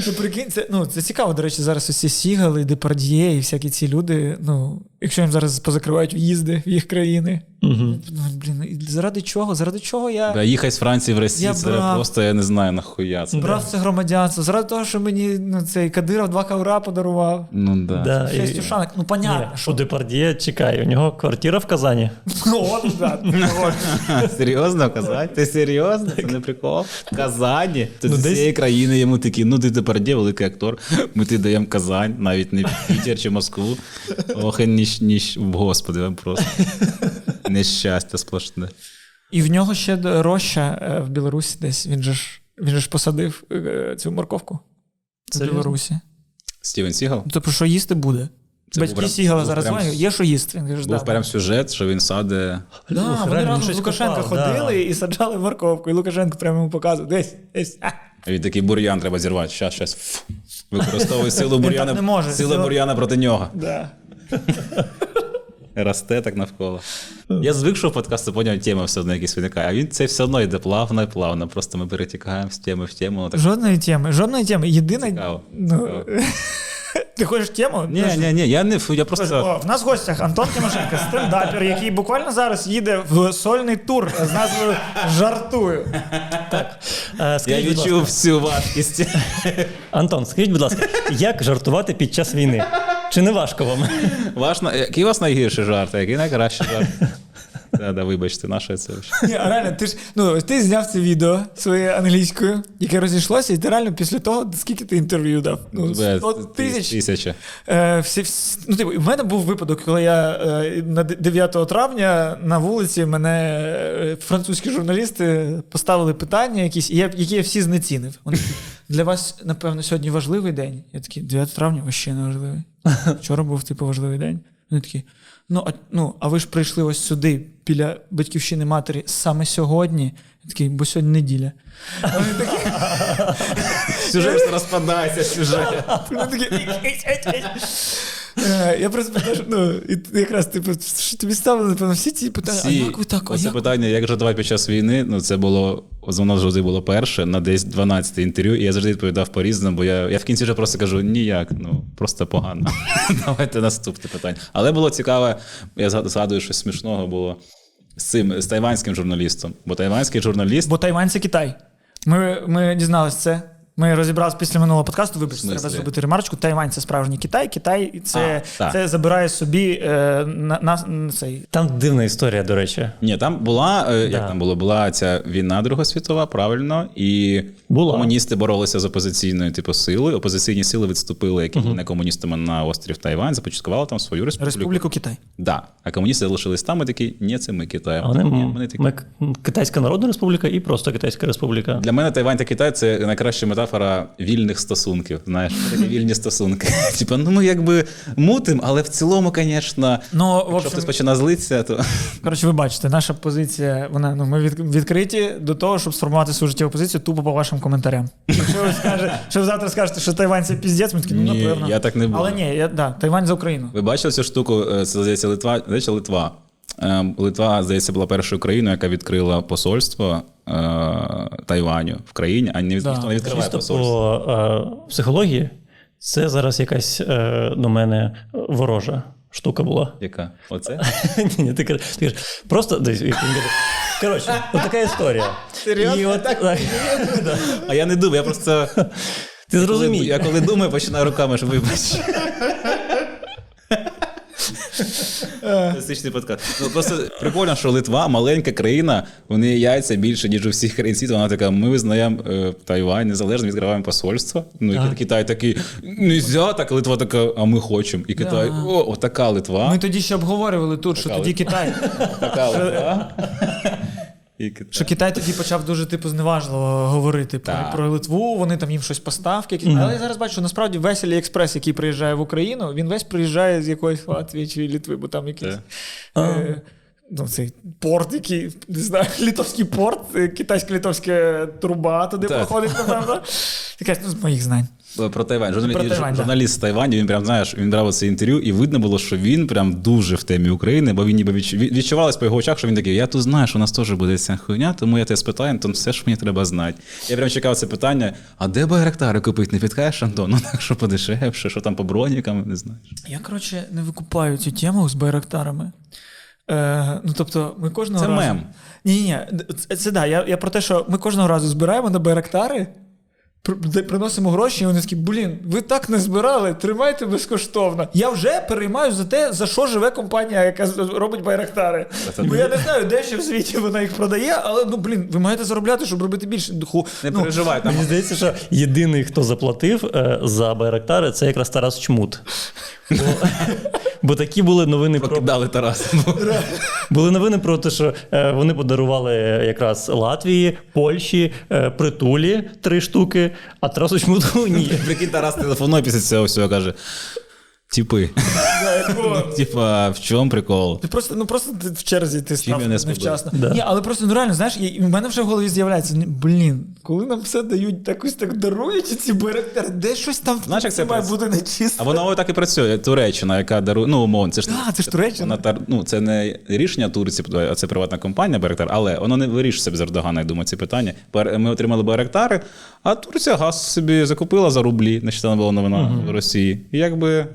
S3: Ти прикинь, це, ну, це цікаво, до речі, зараз усі Сігали, Депардьє і всякі ці люди. Ну, якщо їм зараз позакривають в'їзди в їх країни.
S1: Мгм.
S3: Ну, блін, і заради чого? Заради чого я
S2: Бля, їхай з Франції в Росію,
S3: Я
S2: це
S3: брав.
S2: просто я не знаю нахуя. Це.
S3: брав це громадянство? Заради того, що мені ну, цей Кадиров два ковра подарував.
S2: Ну да.
S1: Да, і-
S3: Шесть ушанок, ну
S1: Ні,
S3: понятно,
S1: у
S3: що.
S1: Депардьє чекає, у нього квартира в Казані.
S3: Ну, от, да, от.
S2: Серйозно, Казань? Ти серйозно? Це не прикол? Казані? Ти
S1: Ну,
S2: з
S1: десь-
S2: цієї країни йому такі, ну ти тепер є великий актор, ми ти даємо Казань, навіть не Пітер чи Москву. Ох, і ніч, ніч, господи, просто. Нещастя сплошне.
S3: І в нього ще д- роща е, в Білорусі десь. Він же ж, він же ж посадив е, цю морковку в
S1: Серйозно?
S3: Білорусі.
S2: Стівен Сігал?
S3: Ну, Тобто, що їсти буде?
S2: Це
S3: Батьки
S2: був прям-
S3: Сігала
S2: був
S3: зараз
S2: прям-
S3: мають, є що їсти. Він каже,
S2: Був
S3: да.
S2: прям сюжет, що він саде.
S3: Да,
S1: Ух,
S3: вони
S1: реально,
S3: разом
S1: щось
S3: з Лукашенко
S1: копав, да.
S3: ходили і саджали морковку, і Лукашенко прямо йому показував. Десь, десь. А.
S2: А Він такий бур'ян треба зірвати. Щас, щас. фу. Використовує силу бур'яна.
S3: так не може.
S2: Сила
S3: Сила-
S2: бур'яна проти нього.
S3: Да.
S2: Росте так навколо.
S3: Е.
S2: Я звик, що в подкасти потім тема все одно якісь виникає, а він це все одно йде плавно і плавно. Просто ми перетікаємо з теми в тему. воно Так
S3: Жодної теми, жодної теми. Єдина.
S2: цікаво.
S3: Ну,
S2: Цікаво.
S3: ти хочеш тему?
S2: Ні,
S3: Ти ж-
S2: ні, ні, я не фу, я просто.
S3: О, в нас в гостях Антон Тимошенко, стендапер, який буквально зараз їде в сольний тур з назвою Жартую.
S1: Е, Скажіть,
S2: Я
S1: будь ласка,
S2: відчув всю важкість.
S1: Антон, скажіть, будь ласка, як жартувати під час війни? Чи не важко вам?
S2: Важно, е, який у вас найгірший жарт, а який найкращий жарт? Да, да, вибачте, наше це вже.
S3: Ні, а реально, ти ж ну ти зняв це відео своєю англійською, яке розійшлося, і ти реально після того, скільки ти інтерв'ю дав? Ну, 100 тисяч.
S2: Тисяча.
S3: Е, всі, всі- ну, типу, в мене був випадок, коли я е, на де- 9 травня на вулиці мене е, французькі журналісти поставили питання, якісь, і я, які я всі знецінив. Вони такі, для вас, напевно, сьогодні важливий день. Я такий, 9 травня вообще не важливий. Вчора був типу важливий день. Вони такі. Ну а, ну, а ви ж прийшли ось сюди, біля батьківщини матері, саме сьогодні. Я такий, бо сьогодні неділя. Вони такі,
S2: Сюжет розпадається, сюжет.
S3: Вони такі, «Іть, іть, іть, іть». Е, Я просто питаю, ну, і ти якраз типу, що тобі ставили, напевно, всі ці питання, а як ви так? А
S2: Оце
S3: як?
S2: питання, як жартувати під час війни. Ну це було воно завжди було перше на десь 12 інтерв'ю, і я завжди відповідав по-різному, бо я, я в кінці вже просто кажу ніяк, ну просто погано. Давайте наступне питання. Але було цікаве, я згад- згадую, щось смішного було з цим з тайванським журналістом. Бо тайванський журналіст.
S3: Бо Тайвань це Китай. Ми, ми дізналися це. Ми розібралися після минулого подкасту.
S2: В
S3: Вибачте,
S2: смислі?
S3: треба зробити ремарочку. Тайвань це справжній Китай. Китай це,
S2: А, так.
S3: це забирає собі е, на, на, на цей.
S1: Там дивна історія, до речі.
S2: Ні, там була е, як
S1: Да.
S2: там було, була ця війна Друга світова, правильно, і
S1: Була.
S2: комуністи боролися з опозиційною типу силою. Опозиційні сили відступили, які були не комуністами на острів Тайвань, започаткували там свою республіку.
S3: Республіку Китай.
S2: Да. А комуністи залишились там і такі, ні, це ми Китай.
S1: А Вони,
S2: Ні,
S1: м,
S2: вони такі.
S1: ми, Китайська Народна Республіка і просто Китайська Республіка.
S2: Для мене Тайвань та Китай це найкраща метафора вільних стосунків. Знаєш, такі вільні стосунки. Типа, ну ми якби мутим, але в цілому, звісно,
S3: Ну, в
S2: якщо
S3: общем,
S2: хтось починає злитися, то
S3: коротше, ви бачите, наша позиція, вона ну ми від, відкриті до того, щоб сформувати свою життєву позицію тупо по вашим коментарям. Якщо ви скажете, що ви завтра скажете, що Тайвань це піздець, ми такі, ну
S2: Ні,
S3: напевно.
S2: я так не буду.
S3: Але ні, я, да, Тайвань за Україну.
S2: Ви бачили цю штуку? Е, Це здається, Литва. Здається, Литва. Ем, Литва, здається, була першою країною, яка відкрила посольство е, Тайваню в країні, а ні,
S3: Да.
S2: ніхто не відкриває
S1: Чисто
S2: посольство.
S1: по е, психології, це зараз якась е, до мене ворожа штука була.
S2: Яка? Оце?
S1: Ні, ні, ти кажеш, ти кажеш, просто десь. він каже, Коротше, от така історія.
S2: Серйозно?
S1: І от, так, да.
S2: А я не думаю, я просто.
S1: Ти
S2: Коли,
S1: зрозумій.
S2: я коли думаю, починаю руками, щоб вибач. Класичний подкаст. Ну просто прикольно, що Литва маленька країна, вони яйця більше, ніж у всіх країн світу. Вона така, ми визнаємо е, Тайвань незалежним, відкриваємо посольство. Ну і
S1: Так.
S2: Китай такий, нельзя, так Литва така, а ми хочемо. І Китай, о, отака Литва.
S3: Ми тоді ще обговорювали тут, що
S2: Така
S3: тоді
S2: Литва.
S3: Китай.
S2: Така Литва. І
S3: Що
S2: Китай.
S3: Китай тоді почав дуже типу зневажливо говорити про,
S2: Так.
S3: про Литву, вони там їм щось поставки. якісь. Але я зараз бачу, що насправді весь Аліекспрес, який приїжджає в Україну, він весь приїжджає з якоїсь Латвії чи Літви, бо там якийсь.
S2: Так.
S3: Е, ну, цей порт, який не знаю, литовський порт, е, китайсько-литовська труба туди
S2: Так.
S3: проходить, напевно. Якась ну, з моїх знань.
S2: Е, Про Тайвань. Журналі...
S3: Про Тайвань, да.
S2: журналіст з Тайваню, він прям знаєш, він брав це інтерв'ю, і видно було, що він прям дуже в темі України, бо він ніби відч... від- відчувалось по його очах, що він такий, я тут знаю, що у нас теж буде ця хуйня, тому я тебе спитаю, то все, що мені треба знати. Я прям чекав це питання: а де байрактари купити? Не підкаєш Антон? Ну так що подешевше, що там по бронікам, не знаєш.
S3: Я, коротше, не викупаю цю тему з байрактарами. Е, ну, тобто, ми кожного
S2: Це
S3: разу...
S2: мем.
S3: Ні, ні, це, це да. Я, я про те, що ми кожного разу збираємо на байрактари, при- де- приносимо гроші, і вони такі, блін, ви так не збирали, тримайте безкоштовно. Я вже переймаю за те, за що живе компанія, яка з- робить байрактари.
S2: Це-
S3: Бо я не знаю, де ще в світі вона їх продає, але ну блін, ви маєте заробляти, щоб робити більше. Ху-
S2: Не
S3: ну,
S2: переживай, там
S1: Мені здається, що єдиний, хто заплатив е, за Байрактари, це якраз Тарас Чмут. Бо, бо такі були новини про
S2: прокидали Тараса.
S1: були новини про те, що е, вони подарували е, якраз Латвії, Польщі, е, притулі три штуки, а Тарасу Чмуту ні.
S2: Прикинь, Тарас телефонує після цього всього каже: Тіпи.
S3: ну,
S2: Типа, в чому прикол?
S3: Ти просто, ну просто ти в черзі ти став
S2: я не сподобав?
S3: невчасно.
S1: Да.
S3: Ні, але просто ну реально, знаєш, і- і в мене вже в голові з'являється. ну, Блін, коли нам все дають, так ось так дарують ці беректери, де щось там
S2: Знаєш, як це
S3: має
S2: працює?
S3: бути нечисто.
S2: А воно так і працює. Туреччина, яка дарує, ну умовно, це ж
S3: А, це ж Туреччина.
S2: Вона тар- ну, це не рішення Турції, а це приватна компанія Байрактар, але воно не вирішує собі з Ердогана, я думаю, ці питання. Бер- Ми отримали Байрактари, а Турція газ собі закупила за рублі. Нещодавно була новина в Росії. І якби.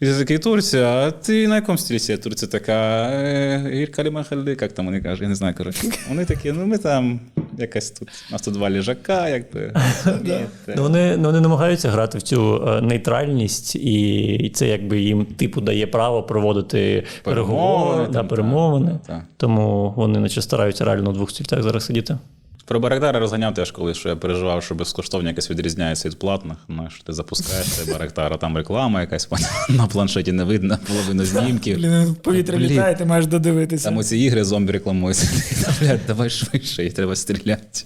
S2: І ти такий Турція, а ти на якому стільці? А Турція така «Е, гірка лімахальди, як там вони кажуть, я не знаю, коротше. Вони такі, ну ми там якась тут, у нас тут два ліжака, якби. розумієте».
S1: Ну, вони, ну, вони намагаються грати в цю е, нейтральність, і це якби їм типу дає право проводити переговори
S2: там,
S1: да, перемовини.
S2: так.
S1: Тому вони наче стараються реально у двох стільцях зараз сидіти.
S2: Про Барактари розганяв теж колись, що я переживав, що безкоштовні якось відрізняється від платних. Ну, що ти запускаєш цей Барактар, а там реклама якась на планшеті не видно, половину знімків.
S3: Блін, ну, повітря
S2: Блін.
S3: літає, ти маєш додивитися.
S2: Там оці ігри зомбі рекламуються. Блядь, давай швидше, їх треба стріляти.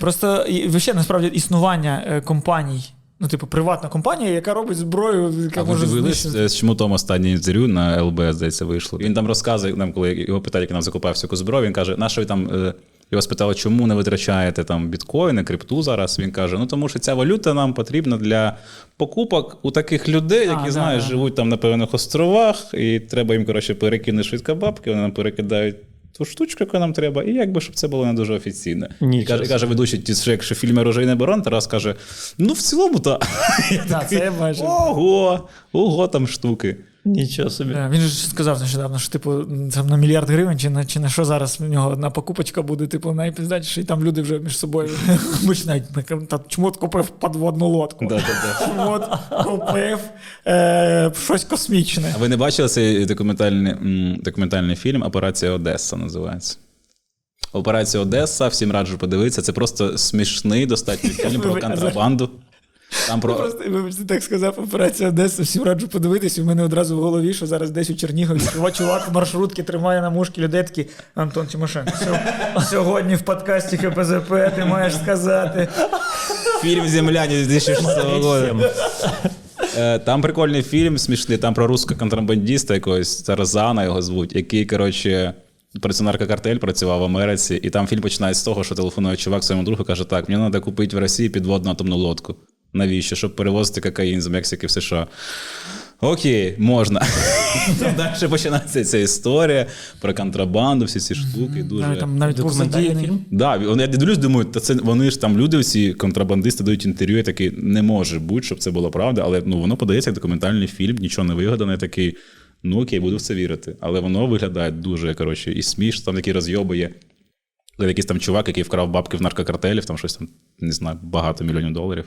S3: Просто і, взагалі, насправді існування е, компаній, ну, типу, приватна компанія, яка робить зброю, яка
S2: А ви
S3: може
S2: дивились,
S3: знищити.
S2: е, з чому Том останнє інтерв'ю на ЛБ, здається, вийшло. Він там розказує нам, коли його питають, як нам закупав всяку зброю. Він каже, на що ви там е, його спитали, чому не витрачаєте там біткоїни, крипту зараз. Він каже: ну тому що ця валюта нам потрібна для покупок у таких людей, які
S3: да,
S2: знаєш,
S3: да.
S2: живуть там на певних островах, і треба їм коротше перекинути швидко бабки. Вони нам перекидають. Ту штучку, яку нам треба, і якби щоб це було не дуже офіційно.
S1: Ні,
S2: І каже,
S1: чесно.
S2: каже ведучий, ті, що якщо фільми Рожейний барон, Тарас каже: ну в цілому так. е,
S3: Да, це я бачив.
S2: Ого, ого, там штуки.
S1: Нічого собі.
S3: Да, Е, Він же сказав нещодавно, що типу там на мільярд гривень чи на чи на що зараз в нього одна покупочка буде, типу, найпізданіше, і там люди вже між собою починають. Та чмот купив подводну лодку.
S2: Да, да, да.
S3: Чмот купив е, щось космічне.
S2: А ви не бачили цей документальний, м, документальний фільм Операція Одеса називається? Операція Одеса, всім раджу подивитися. Це просто смішний достатньо фільм про
S3: Вибач, а за-
S2: контрабанду. Там
S3: Я
S2: про.
S3: Просто вибачте, так сказав операція Одеса. Всім раджу подивитись. У мене одразу в голові, що зараз десь у Чернігові чувак- чувак в маршрутки тримає на мушки людей такі. Антон Тимошенко, сьо- сьогодні в подкасті КПЗП ти маєш сказати.
S2: Фільм Земляні 2006 року.
S1: Всім.
S2: Е, Там прикольний фільм смішний, там про русского контрабандиста якогось Тарзана його звуть, який, коротше, працюнарка картель працював в Америці, і там фільм починається з того, що телефонує чувак своєму другу, каже: так, мені треба купити в Росії підводну атомну лодку. Навіщо? Щоб перевозити кокаїн з Мексики в США. Окей, можна. Там далі починається ця історія про контрабанду, всі ці штуки. Дуже
S3: Навіть, там, навіть був
S1: Документальний
S3: задіяний.
S1: фільм.
S2: Да, я дивлюсь, думаю, та це вони ж там люди, всі контрабандисти дають інтерв'ю. Я такий не може бути, щоб це була правда, але ну воно подається як документальний фільм, нічого не вигадано. Я такий, ну окей, буду в це вірити. Але воно виглядає дуже коротше і смішно. Там такі розйоби є. Там Якийсь там чувак, який вкрав бабки в наркокартелів, там щось там, не знаю, багато мільйонів доларів.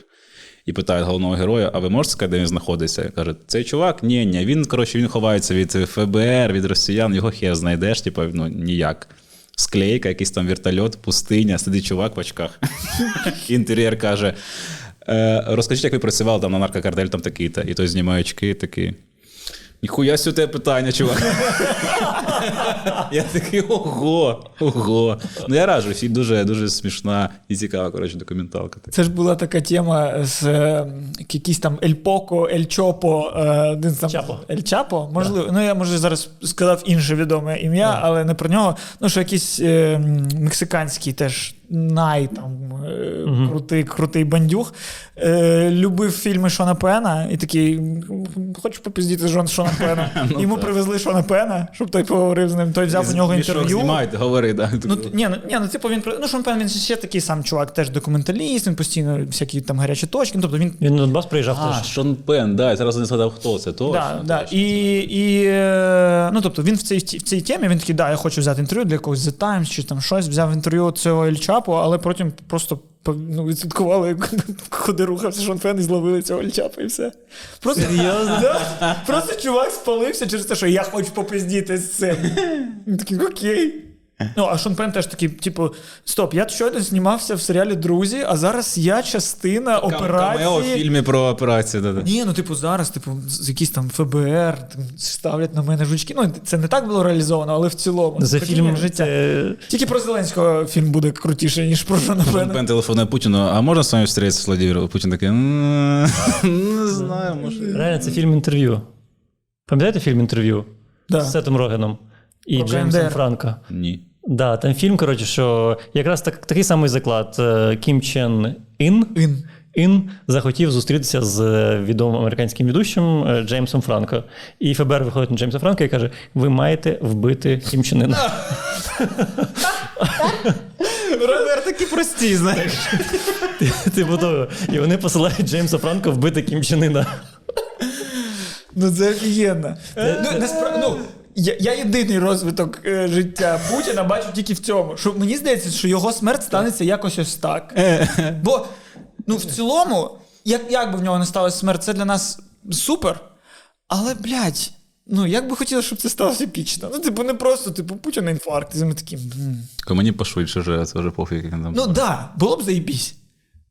S2: І питає головного героя: а ви можете сказати, де він знаходиться? Каже, цей чувак? Ні, ні. Він, коротше, він ховається від ФБР, від росіян, його хер знайдеш, типу, ну ніяк. Склейка, якийсь там вертольот, пустиня, сидить чувак в очках. Інтер'єр каже: «Е, розкажіть, як ви працювали там на наркокартель, там такий-то. І той знімає очки, і такий. Ніхуя сю те питання, чувак. Я такий ого, ого. Ну я раджу, фільм дуже, дуже смішна і цікава, коротше, документалка. Так.
S3: Це ж була така тема з е, якийсь там Ель Поко, Ель Чопо, е, один там
S1: Чапо.
S3: Ель Чапо. Можливо, ну я може зараз сказав інше відоме ім'я, але не про нього. Ну що якийсь е, м, мексиканський теж най там е, крутий, крутий бандюг. Е, любив фільми Шона Пена і такий «М, хочу попіздіти з Жон Шона Пена.
S2: Ну,
S3: Йому
S2: так.
S3: привезли Шона Пена, щоб той поговорив з ним. Той взяв у нього
S2: Мішок
S3: інтерв'ю.
S2: знімають, говори, да.
S3: Ну, т- ні, ну, ні, ну типу він про- ну, Шон Пен, він ще такий сам чувак, теж документаліст, він постійно всякі там гарячі точки. Ну, тобто він.
S1: Він на Донбас приїжджав
S2: а,
S1: теж.
S2: Шон Пен, да, я зараз не згадав, хто це. Точно,
S3: Да, да.
S2: точно.
S3: І, і, е, ну, тобто він в цій, ті- в цій темі він такий, да, я хочу взяти інтерв'ю для якогось The Times чи там щось, взяв інтерв'ю цього Ель Чапо, але потім просто по- ну, відслідкували, куди рухався Шон Пен і зловили цього Ель Чапо і все. Просто, Да, просто чувак спалився через те, що я хочу попиздіти з цим. Він такий, окей. Ну, а Шон Пен теж такий, типу, стоп, я щойно знімався в серіалі Друзі, а зараз я частина
S2: Кам- Камео в
S3: операції.
S2: фільмі про операцію. Да, да.
S3: Ні, ну типу зараз, типу, з- якісь там ФБР там, ставлять на мене жучки. Ну це не так було реалізовано, але в цілому
S1: За
S3: Таким,
S1: фільм
S3: як ну, життя.
S1: це-
S3: Тільки про Зеленського фільм буде крутіше, ніж про Жона
S2: Шон
S3: Пена.
S2: Пен телефонує Путіну, а можна з вами встретитися, Владимир? Путін такий, «М, не знаю, може.
S1: Реально, це фільм інтерв'ю. Пам'ятаєте фільм інтерв'ю
S3: Да.
S1: з Сетом Рогеном і
S3: Про
S1: Джеймсом
S3: КНДР.
S1: Франко?
S2: Ні.
S1: Да, там фільм, коротше, що якраз так, такий самий заклад. Е, Кім Чен Ін,
S3: Він.
S1: Ін захотів зустрітися з е, відомим американським ведучим е, Джеймсом Франко. І ФБР виходить на Джеймса Франко і каже: Ви маєте вбити Кім Чен Іна.
S2: Робер такі прості, знаєш.
S1: Типу того. І вони посилають Джеймса Франко вбити Кім Чен Іна.
S3: Ну це офігенно. ну, насправді, ну, я, я єдиний розвиток е, життя Путіна бачу тільки в цьому. Що мені здається, що його смерть станеться якось ось так. Бо ну, в цілому, як, як би в нього не сталася смерть, це для нас супер. Але, блядь, ну як би хотілося, щоб це сталося епічно. Ну, типу, не просто, типу, Путіна інфаркт. І ми такі. «М».
S2: Мені пошвидше вже, це вже пофіг, як він там.
S3: Ну так, да, було б заєбісь.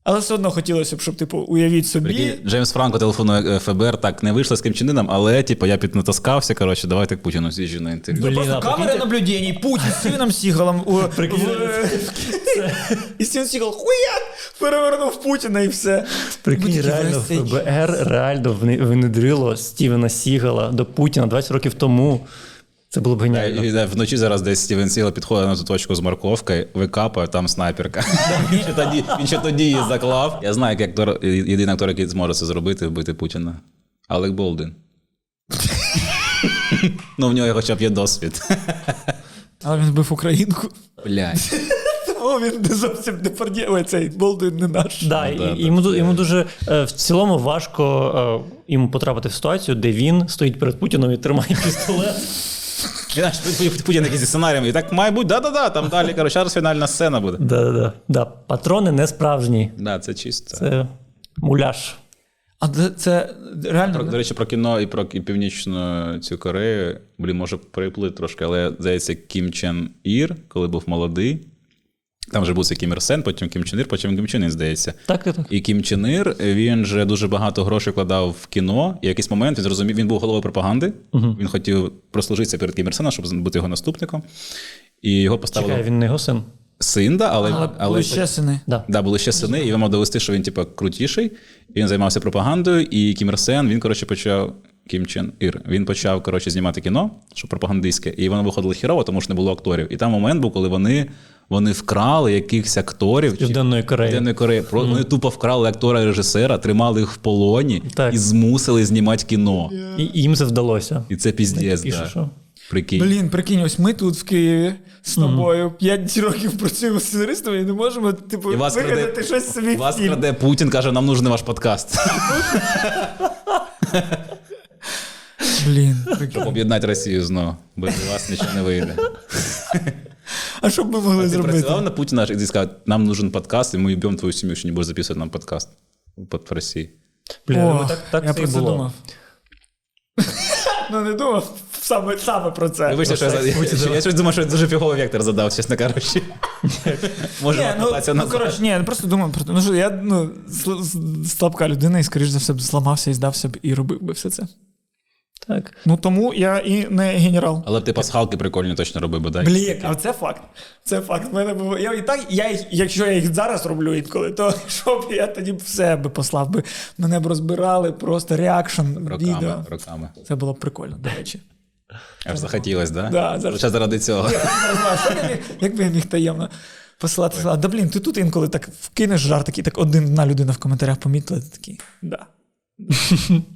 S3: Але все одно хотілося б, щоб, типу, уявіть собі.
S2: Прикинь, Джеймс Франко телефонує е, ФБР, так, не вийшло з ким чинином, але типу, я піднатаскався, коротше, давайте к Путіну з'їжджу на інтерв'ю.
S1: Блін,
S3: Просто
S1: а
S3: камера
S1: прикиньте-
S3: наблюдений, Путін з Стівеном Сігалом. у- в- І Стівен Сігал хуяк перевернув Путіна і все. Ми
S1: Прикинь,
S3: такі,
S1: реально
S3: «Весь цей
S1: ФБР реально вни- внедрило Стівена Сігала до Путіна 20 років тому. Це було б
S2: Е,
S1: геніально.
S2: і, е, Вночі зараз десь Стівен Сіла підходить на ту точку з морковкою, викапує, там снайперка. Він ще тоді- Він ще тоді її заклав. Я знаю, як актор, є- єдиний актор, який зможе це зробити, вбити Путіна. Алек Болден. Ну, в нього хоча б є досвід.
S3: Але він вбив українку.
S2: Блядь.
S3: Тому він не зовсім не пардє. Ой, цей Болдуін не наш.
S1: Да,
S2: Ну,
S1: і,
S2: да, да,
S1: і йому, ду-
S2: це-
S1: йому дуже е, в цілому важко е, йому потрапити в ситуацію, де він стоїть перед Путіном і тримає пістолет.
S2: Знаєш, Путін якийсь зі сценарієм. І так має бути, да-да-да, там далі, коротше, зараз фінальна сцена буде.
S1: да, да, да, да. Патрони не справжні.
S2: Да, це чисто.
S1: Це муляж.
S3: А це, це
S2: Про,
S3: реально.
S2: до речі, про кіно і про і північну цю Корею. Блін, може переплив трошки, але здається, Кім Чен Ір, коли був молодий. Там вже був цей Кім Ір Сен, потім Кім Чен Ір, потім Кім Чен Ін, здається.
S1: Так, так, так.
S2: І Кім Чен Ір, він же дуже багато грошей вкладав в кіно. І в якийсь момент він зрозумів, він був головою пропаганди. Він хотів прослужитися перед Кім Ір Сеном, щоб бути його наступником. І його поставили
S1: Чекай, він не його син.
S2: син, да, але,
S3: Але, були ще сини.
S1: Да.
S2: Да, були ще сини, і він мав довести, що він типу, крутіший. І він займався пропагандою. І Кім Ір Сен, він, коротше, почав. Кім Чен Ір. Він почав коротше, знімати кіно, що пропагандистське, і воно виходило хірово, тому що не було акторів. І там момент був, коли вони вони вкрали якихось акторів чи-
S1: Південної Кореї.
S2: Південної Кореї. Про- Вони тупо вкрали актора і режисера, тримали їх в полоні
S1: Так.
S2: і змусили знімати кіно.
S1: І їм це вдалося.
S2: І це піздець,
S1: Пише,
S2: да.
S1: що?
S2: Прикинь.
S3: Блін, прикинь, ось ми тут в Києві з тобою 5 років працюємо сценаристами і не можемо типу,
S2: І вас
S3: вигадати
S2: краде-
S3: щось собі. в
S2: Вас
S3: фільм.
S2: краде Путін, каже, нам нужен ваш подкаст,
S3: Блін, прикинь.
S2: щоб об'єднати Росію знову. Без вас нічого не вийде.
S3: А що б ми могли
S2: Ти
S3: зробити?
S2: працював на Путіна і ти сказав, нам нужен подкаст, і ми любимо твою сім'ю, що не будеш записувати нам подкаст по Росії.
S1: Бля,
S3: Ох,
S1: ну, так, так
S3: я
S1: це
S3: про
S1: і
S3: це
S1: було.
S3: думав. Ну не думав саме, саме про це.
S2: Вибачте, що я, за- я, я, щось думаю, що я дуже фіговий вектор задав, чесно кажучи. Можемо
S3: Ні, ну,
S2: кататися
S3: ну
S2: назад.
S3: коротше, ні, я просто думав про те. Ну що я ну, сл- с- слабка людина, і скоріш за все б зламався і здався б і робив би все це.
S1: Так.
S3: Ну тому я і не генерал.
S2: Але б ти пасхалки прикольно точно робив, бодай.
S3: Блін, а це факт. Це факт. В Мене було. Я і так, я їх, якщо я їх зараз роблю інколи, то що б я тоді б все би послав би. Мене б розбирали, просто реакшн, відео.
S2: Роками, роками.
S3: Це було б прикольно, до речі.
S2: Аж захотілось, да?
S3: Да, зараз.
S2: Ще заради цього.
S3: Я не знаю, що я міг- Як би я міг таємно посилати слова. Да блін, ти тут інколи так вкинеш жарт такий, так один одна людина в коментарях помітила, ти такий. Да.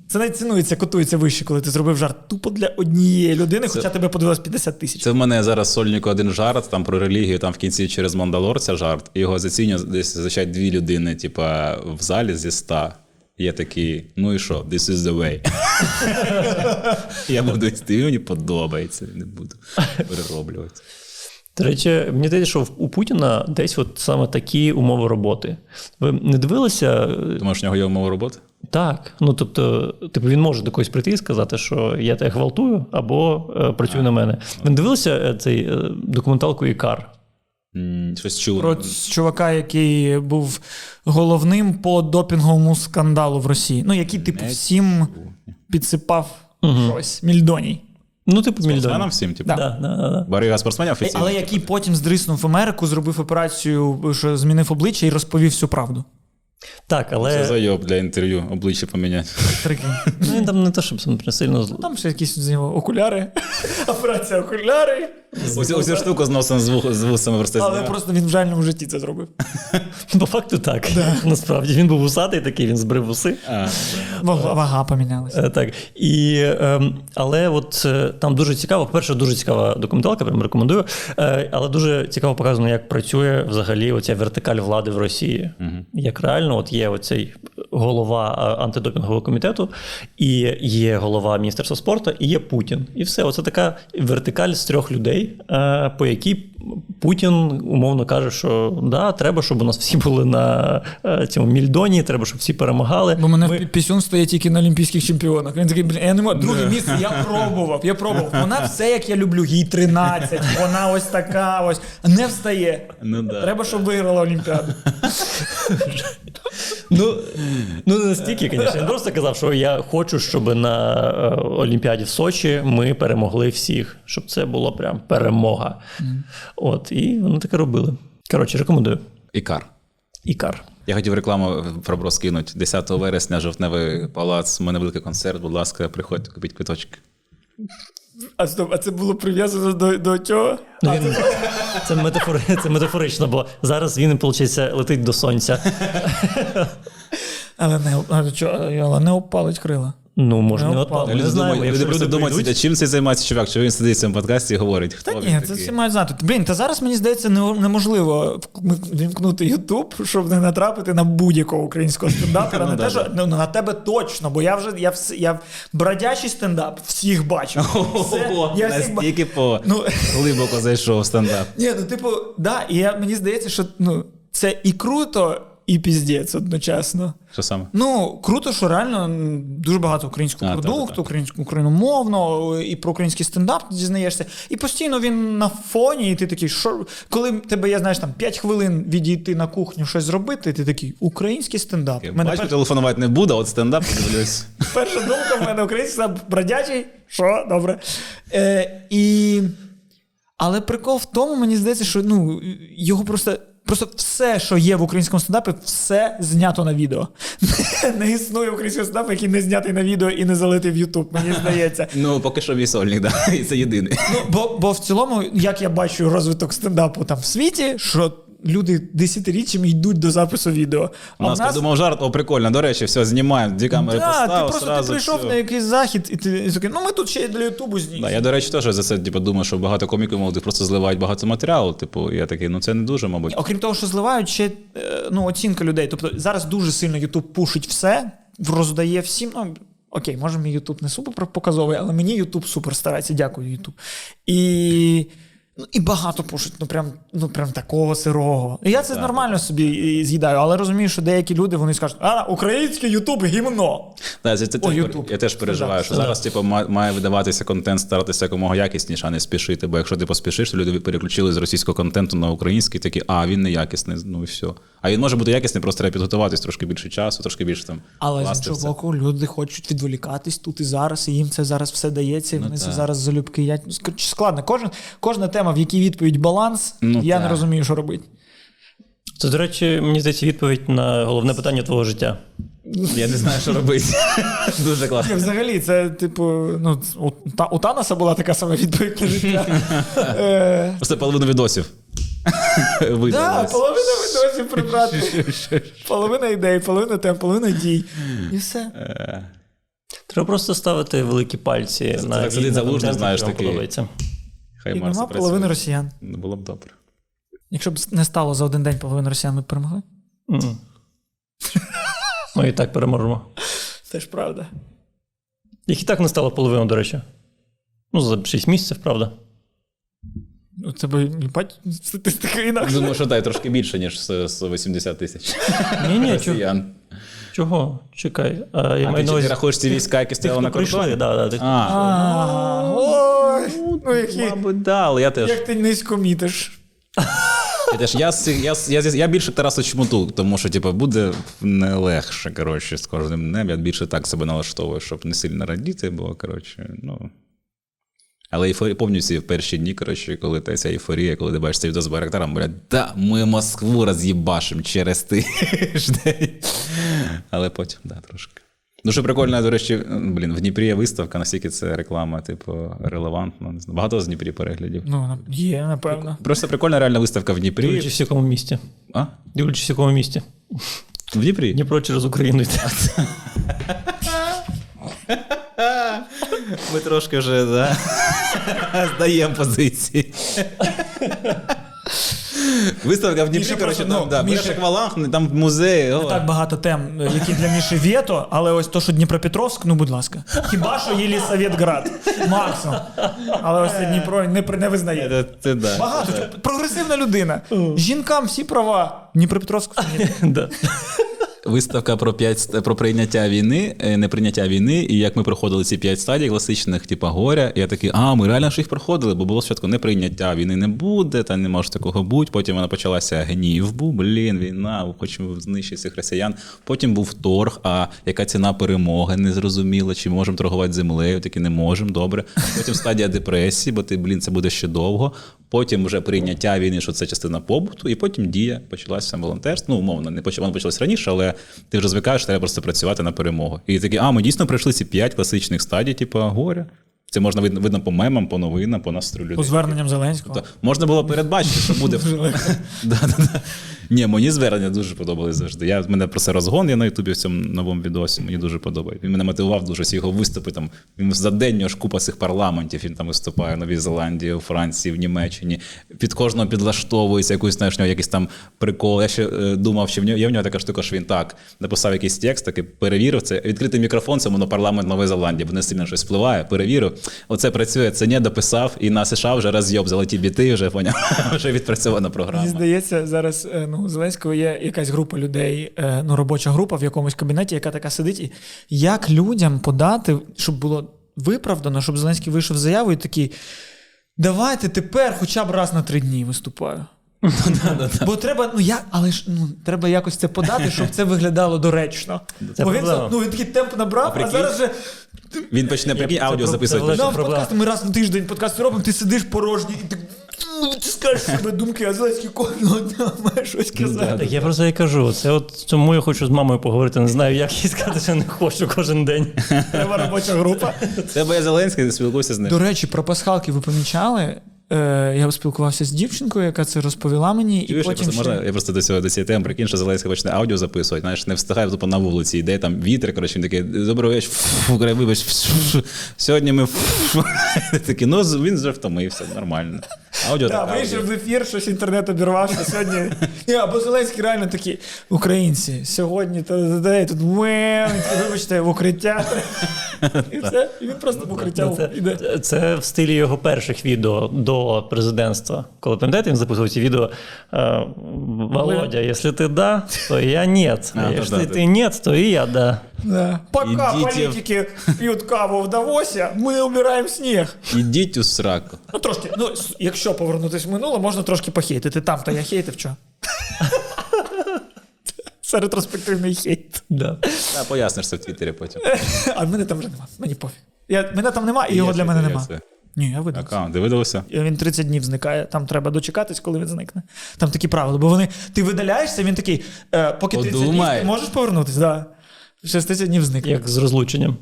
S3: Це навіть цінується, котується вище, коли ти зробив жарт тупо для однієї людини, хоча тебе подивилось 50 тисяч.
S2: Це в мене зараз сольнику один жарт, там про релігію, там в кінці через Мандалорця жарт. І Його зацінює десь зазвичай дві людини, типа в залі зі ста. Є такий, ну і що, this is the way. Я буду йти, мені подобається, не буду перероблювати.
S1: До речі, мені здається, що в- у Путіна десь от саме такі умови роботи. Ви не дивилися? е,
S2: Думаєш, в нього є умова роботи?
S1: Так. Ну тобто, типу, він може до когось прийти і сказати, що я тебе гвалтую або е, працюй на мене. Ви не дивилися е, цей е, документалку Ікар?
S2: М, Щось чув.
S3: Про чувака, який був головним по допінговому скандалу в Росії. Ну, який, типу, всім підсипав щось, мільдоній.
S1: Ну, типу, Мільдон.
S2: Спортсменам всім, типу.
S3: Да. Е,
S1: Да, да, да, да.
S2: Барига спортсменів офіційно.
S3: Але який потім здриснув Америку, зробив операцію, що змінив обличчя і розповів всю правду.
S1: Так,
S3: Е.
S2: Це
S1: але
S2: зайоб для інтерв'ю, обличчя поміняти.
S3: Прикинь.
S1: ну, він там не те, щоб сам сильно зл-
S3: Там ще якісь з нього окуляри, операція окуляри.
S2: Оцю оцю штуку з носом з вух- з вусами верстець.
S3: Але просто він в реальному житті це зробив.
S1: По факту так. Насправді він був усатий такий, він збрив уси.
S3: Вага, вага помінялася.
S1: Е, Так. І, ем, але от е, там дуже цікаво, по-перше, дуже цікава документалка, прям рекомендую. Е, але дуже цікаво показано, як працює взагалі оця вертикаль влади в Росії. Як реально от є оцей голова е, антидопінгового комітету, і є голова Міністерства спорту, і є Путін. І все, оце така вертикаль з трьох людей, е, по якій Путін умовно каже, що да, треба, щоб у нас всі були на е, цьому мільдоні, треба, щоб всі перемагали.
S3: Бо мене Ми... пісюн стоїть тільки на олімпійських чемпіонах. Він такий, блін, я не можу. Друге місце я пробував, я пробував. Вона все, як я люблю, їй 13, вона ось така, ось не встає.
S2: Ну да.
S3: Треба, щоб виграла Олімпіаду.
S1: Ну, ну не настільки, звісно. Я просто казав, що я хочу, щоб на е, Олімпіаді в Сочі ми перемогли всіх, щоб це була прям перемога. От, і вони таке робили. Коротше, рекомендую.
S2: Ікар.
S1: Ікар.
S2: Я хотів рекламу пробро скинути. 10 вересня, жовтневий палац. У мене великий концерт. Будь ласка, приходьте, купіть квиточки.
S3: А, стоп, а це було прив'язано до, до чого?
S1: Ну, він, це, метафори, це метафорично, бо зараз він, виходить, летить до сонця.
S3: Але не, а, чого, але не опалить крила.
S1: Ну, може, не
S3: Ну,
S1: отпав.
S3: Павло,
S1: Не знаємо,
S2: думають, люди
S1: якщо
S2: просто
S1: люди
S2: думають,
S1: прийдуть.
S2: а чим цей займається чувак, чи він сидить в цьому подкасті і говорить, хто
S3: Та
S2: він
S3: ні, це
S2: такий.
S3: всі мають знати. Блін, та зараз мені здається, не- неможливо вк- вімкнути Ютуб, щоб не натрапити на будь-якого українського стендапера. Не те, що ну, на тебе точно, бо я вже я вс- я в- бродячий стендап всіх бачив. Все,
S2: Ого,
S3: я всіх ба-
S2: настільки по
S3: Ну.
S2: глибоко зайшов в стендап.
S3: Ні, ну типу, да, і я, мені здається, що ну, це і круто, і піздець одночасно.
S2: Що саме?
S3: Ну, круто, що реально м, дуже багато українського
S2: А,
S3: продукту,
S2: так, так.
S3: українську україномовно, і про український стендап дізнаєшся. І постійно він на фоні, і ти такий, що коли тебе, я знаєш, там 5 хвилин відійти на кухню, щось зробити, ти такий український стендап.
S2: Я
S3: мене
S2: Бачу,
S3: пер-
S2: телефонувати не буду, а от стендап дивлюсь.
S3: перша думка в мене український стендап бродячий, що добре. Е, і... Але прикол в тому, мені здається, що ну, його просто просто все, що є в українському стендапі, все знято на відео. Не існує українського стендапу, який не знятий на відео і не залитий в Ютуб, мені здається.
S2: Ну, поки що мій сольник, да. І це єдиний.
S3: Ну, бо, бо в цілому, як я бачу розвиток стендапу там в світі, що люди десятиріччями йдуть до запису відео. А
S2: Ну, У нас
S3: в нас
S2: подумав жарт, о, прикольно. До речі, все, знімаємо, дві камери
S3: да,
S2: поставив.
S3: ти просто ти
S2: сразу
S3: прийшов
S2: всьо.
S3: на якийсь захід, і ти і такий, ну ми тут ще й для Ютубу знімемо.
S2: Да, я, до речі, теж за це типу, думаю, що багато коміків молодих просто зливають багато матеріалу. Типу, я такий, ну це не дуже, мабуть.
S3: Окрім того, що зливають, ще е, ну, оцінка людей. Тобто зараз дуже сильно Ютуб пушить все, в- роздає всім. Ну, окей, може, мій Ютуб не супер показовий, але мені Ютуб супер старається. Дякую, Ютуб. І. Ну, і багато пушить, ну прям, ну прям такого сирого. І Я це нормально собі і з'їдаю, але розумію, що деякі люди вони скажуть, а український Ютуб гімно.
S2: Да, це, це,
S3: О,
S2: теж-
S3: YouTube.
S2: я теж переживаю, що
S1: Да.
S2: зараз типу, ма- має видаватися контент, старатися якомога якісніше, а не спішити. Бо якщо ти поспішиш, то люди переключили з російського контенту на український, такі, а він не якісний, ну і все. А він може бути якісний, просто треба підготуватись трошки більше часу, трошки більше там.
S3: Але з
S2: вкласти в
S3: іншого
S2: це.
S3: боку, люди хочуть відволікатись тут і зараз, і їм це зараз все дається. і
S2: Ну
S3: Вони це зараз залюбки. Я коротше, складно. Кожен кожна тема, в якій відповідь баланс.
S2: Ну,
S3: я не
S2: так.
S3: розумію, що робити.
S1: Це, до речі, мені здається, відповідь на головне питання твого життя.
S2: Я не знаю, що робити. Дуже
S3: Ні,
S2: класно.
S3: Взагалі, це типу, ну у, та, у Таноса була така сама відповідь на життя. Е,
S2: Просто половину відосів.
S3: Да,
S2: видалось.
S3: половина видосів прибрати, половина ідей, половина тем, половина дій. І все.
S2: Е,
S1: Треба просто ставити великі пальці
S2: Це
S1: на
S2: так сидить
S1: і на
S2: Залужний,
S1: контент,
S2: знаєш,
S1: який вам
S2: такий.
S1: подобається.
S2: Хай
S3: І
S2: Марс
S3: нема
S2: працює.
S3: половини росіян.
S2: Ну, Було б добре.
S3: Якщо б не стало за один день половини росіян, ми б перемогли.
S1: М. Ми і так переможемо.
S3: Це ж правда.
S1: Їх і так не стало половину, до речі. Ну, за 6 місяців, правда.
S3: У тебе Ну, бать, статистика інакша.
S2: Думаю, що дай трошки більше, ніж с- с 80 тисяч
S1: Ні, ні, чого?
S2: росіян.
S1: чого? Чекай. А, я
S2: А ти
S1: маю на
S2: чи ти
S1: увазі
S2: рахуєш ці війська, які
S1: тих,
S2: стояли на
S1: хто прийшли.
S2: кордоні?
S1: Да, да, тих,
S2: А,
S3: Ну, А, Ой, ну які,
S2: мабуть, да, але я теж.
S3: як ти низько мітиш.
S2: Я теж я, з цих- я, з- я, з- я більше Тарасу Чмуту, тому що типу, буде не легше, коротше, з кожним днем. Я більше так себе налаштовую, щоб не сильно радіти, бо коротше, ну. Але ейфорія, повністю в перші дні, коротше, коли та ця ейфорія, коли ти бачиш цей відео з Байрактаром, блядь, да, ми Москву роз'їбашим через тиждень. Але потім, да, трошки. Дуже прикольно, до речі, блін, в Дніпрі є виставка, наскільки це реклама, типу, релевантна. не знаю. Багато з Дніпрі переглядів.
S3: Ну, на- є, напевно.
S2: Просто прикольна реальна виставка в Дніпрі.
S1: Дивлячись, в якому місті.
S2: А?
S1: Дивлячись, в якому місті.
S2: В Дніпрі?
S1: Дніпро через Україну йде.
S2: Ми трошки вже да, здаємо позиції. Виставка в Дніпрі,
S3: Міша
S2: коротше,
S3: просто,
S2: там,
S3: ну,
S2: да,
S3: Міша-
S2: Міша Акваланг, там музей. О.
S3: Так багато тем, які для Міші вєто, але ось то, що Дніпропетровськ, ну будь ласка. Хіба що Єлісаветград, максимум. Але ось це Дніпро не, при- не визнає.
S2: Це- це да.
S3: Багато чого. прогресивна людина. Жінкам всі права. Дніпропетровськ ні.
S1: Да.
S2: Виставка про п'ять ст- про прийняття війни, е, неприйняття війни, і як ми проходили ці п'ять стадій класичних, типу горя. І я такий, а ми реально ж їх проходили, бо було спочатку неприйняття війни не буде, та не може такого бути. Потім вона почалася гнів. Бу, блін, війна, ми хочемо знищити цих росіян. Потім був торг. А яка ціна перемоги? Не зрозуміло, чи можемо торгувати землею? Такі не можемо. Добре. Потім стадія депресії, бо ти, блін, це буде ще довго. Потім вже прийняття війни, що це частина побуту, і потім дія почалася волонтерство. Ну, умовно, не поч... воно почалось раніше, але ти вже звикаєш, треба просто працювати на перемогу. І такі, а ми дійсно пройшли ці п'ять класичних стадій, типу горя. Це можна видно, видно по мемам, по новинам, по настрою
S3: по
S2: людей.
S3: зверненням Зеленського.
S2: Тобто можна було передбачити, що буде. Да, да, да. Ні, мені звернення дуже подобались завжди. Я, в мене про це розгон, я на Ютубі в цьому новому відосі. Мені дуже подобається. Він мене мотивував дуже всі його виступи. Там він за день у нього ж купа цих парламентів. Він там виступає в Новій Зеландії, у Франції, в Німеччині. Під кожного підлаштовується якусь, знаєш, в нього якийсь там прикол. Я ще е, думав, що в нього є в нього така штука, що він так написав якийсь текст, таки перевірив це. Відкритий мікрофон, це монопарламент Нової Зеландії, бо не сильно щось впливає. Перевірив. Оце працює, це не дописав і на США вже розйоб золоті біти, вже поняв, вже відпрацьована програма.
S3: Мені здається, зараз е, ну, у Зеленського є якась група людей, е, ну, робоча група в якомусь кабінеті, яка така сидить. І як людям подати, щоб було виправдано, щоб Зеленський вийшов з заявою і такий. Давайте тепер хоча б раз на три дні виступаю. Бо треба, ну я, але ж ну треба якось це подати, щоб це виглядало доречно.
S1: Це
S3: Бо він
S1: проблема.
S3: ну він такий темп набрав, а
S2: прикинь?
S3: зараз же
S2: Він почне прикинь, аудіо
S1: про- це
S2: записувати.
S1: велика
S3: нам
S1: проблема.
S3: подкаст. Ми раз на тиждень подкаст робимо. Ти сидиш порожній і ти ну, ти скажеш себе думки, а Зеленський кожного дня має щось
S2: Да,
S3: казати.
S2: да.
S1: Так я про це і кажу. Це от тому я хочу з мамою поговорити. Не знаю, як їй сказати, що не хочу кожен день.
S3: Треба робоча група.
S2: Тебе є Зеленський, спілкуйся з ним.
S3: До речі, про пасхалки ви помічали? Е, я спілкувався з дівчинкою, яка це розповіла мені, і
S2: Чуєш, я
S3: потім
S2: просто, можна,
S3: ще...
S2: я просто до цього до цієї теми прикинь, що Зеленський почне аудіо записувати, знаєш, не встигає тупо на вулиці, йде там вітер, коротше, він такий, доброго вечір, фу, край, вибач, фу, сьогодні ми фу». такий, ну він вже втомився, нормально. Аудіо
S3: Да,
S2: так. аудіо.
S3: вийшов в ефір, щось інтернет обірвався сьогодні. Ні, або Зеленський реально такі українці сьогодні та та- та- і тут мем, вибачте, в укриття. І все. І він просто в укриття йде.
S1: Це, це в стилі його перших відео до президентства. Коли пам'ятаєте, він записував ці відео е, Володя, якщо ти да, то я ні.
S2: А,
S1: Якщо
S2: то да,
S1: ти ні, то і я да.
S3: Да. Пока
S2: Ідіть.
S3: політики п'ють каву в Давосі, ми обираємо сніг.
S2: Ідіть у сраку.
S3: Ну трошки, ну с- якщо повернутися в минуле, можна трошки похейтити. Там то я хейтив чого. Це ретроспективний хейт.
S1: да.
S2: Та поясниш це в Твіттері потім.
S3: А мене там вже нема. Мені пофіг. Я, мене там нема, і його
S2: Є
S3: для мене
S2: це, є
S3: нема.
S2: це.
S3: Ні, я видав.
S2: Аккаунт, ти видалося?
S3: Він 30 днів зникає, там треба дочекатись, коли він зникне. Там такі правила. Бо вони, ти видаляєшся, він такий, е, поки 30 днів
S2: Подумай.
S3: ти можеш повернутися, да. 60 днів зникне.
S1: Як з розлученням.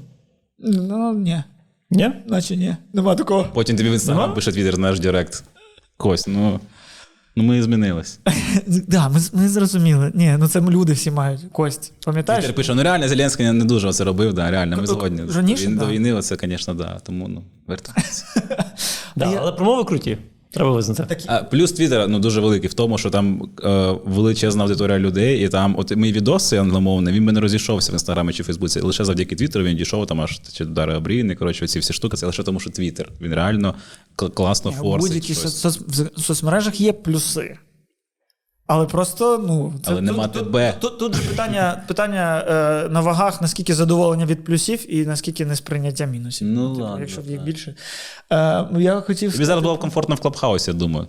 S3: Ну, ні.
S1: Ні?
S3: Наче ні. Нема такого.
S2: Потім тобі в інстаграм
S3: Ну.
S1: Ага.
S2: пише твіттер, наш директ. Кость, ну, ну ми змінились.
S3: Да, ми, ми зрозуміли. Ні, ну це люди всі мають кость. Пам'ятаєш?
S2: Твіттер пише, ну реально Зеленський не дуже це робив, да, реально, ми
S3: Ну,
S2: згодні.
S3: раніше,
S2: Він
S3: да.
S2: до війни, оце, звісно, да. Тому ну, вертаємося.
S1: Да,
S3: я-
S1: Але промови круті. Треба визнати.
S2: А плюс Твіттера ну дуже великий в тому, що там е, величезна аудиторія людей, і там, от мій відоси англомовний, він би не розійшовся в інстаграмі чи Фейсбуці. Лише завдяки Твіттеру він дійшов там аж чи до Дари Обрійни. Коротше, ці всі штуки. Це лише тому, що Твіттер. Він реально кл- класно
S3: У
S2: форсить.
S3: будь-яких
S2: щось.
S3: соц- в соцмережах є плюси. Але просто, ну, це
S2: Але нема
S3: тут,
S2: тебе.
S3: Тут, тут, же питання, питання е, на вагах, наскільки задоволення від плюсів і наскільки несприйняття мінусів.
S2: Ну,
S3: Типу,
S2: ладно,
S3: якщо б їх
S2: так.
S3: більше. Е, ну, я хотів
S2: Тобі зараз було б комфортно в клабхаусі, я думаю.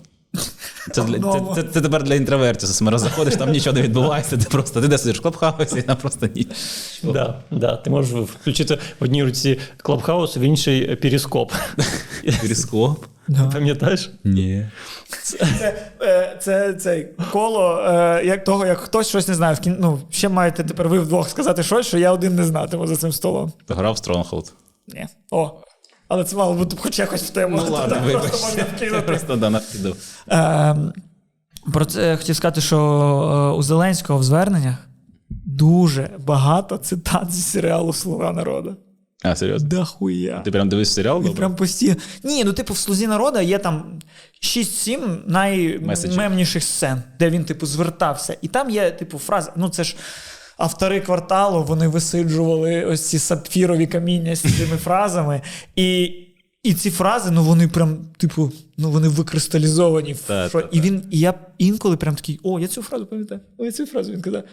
S2: Це, для,
S3: Одному.
S2: це, це, це тепер для інтровертів. Соцмережа заходиш, там нічого не відбувається. Ти просто ти де сидиш в клабхаусі, і там просто нічого.
S1: Да, да, ти можеш включити в одній руці клабхаус, в іншій перископ.
S2: Перископ?
S1: Пам'ятаєш?
S2: Ні.
S3: Це, е, це, це коло е, як того, як хтось щось не знає. В кін... ну, ще маєте тепер ви вдвох сказати щось, що я один не знатиму за цим столом.
S2: Ти грав в Stronghold?
S3: Ні. О. Але це мало бути хоч якось в тему.
S2: Ну ладно,
S3: Так просто можна
S2: вибачте. Я
S3: вкинути.
S2: просто да, накидав.
S3: Ем, Про це я хотів сказати, що е, у Зеленського в зверненнях дуже багато цитат зі серіалу Слуга народу.
S2: А, серйозно?
S3: Да хуя.
S2: Ти прям дивишся серіал?
S3: Він
S2: добре?
S3: прям постійно. Ні, ну типу, в слузі народу є там 6-7
S2: Меседжів.
S3: наймемніших сцен, де він, типу, звертався. І там є, типу, фраза. Ну, це ж автори кварталу, вони висиджували ось ці сапфірові каміння з цими фразами. І, і ці фрази, ну вони прям, типу, ну вони викристалізовані. в
S2: Та,
S3: що-
S2: та,
S3: І він, і я інколи прям такий: о, я цю фразу пам'ятаю. О, я цю фразу він казав.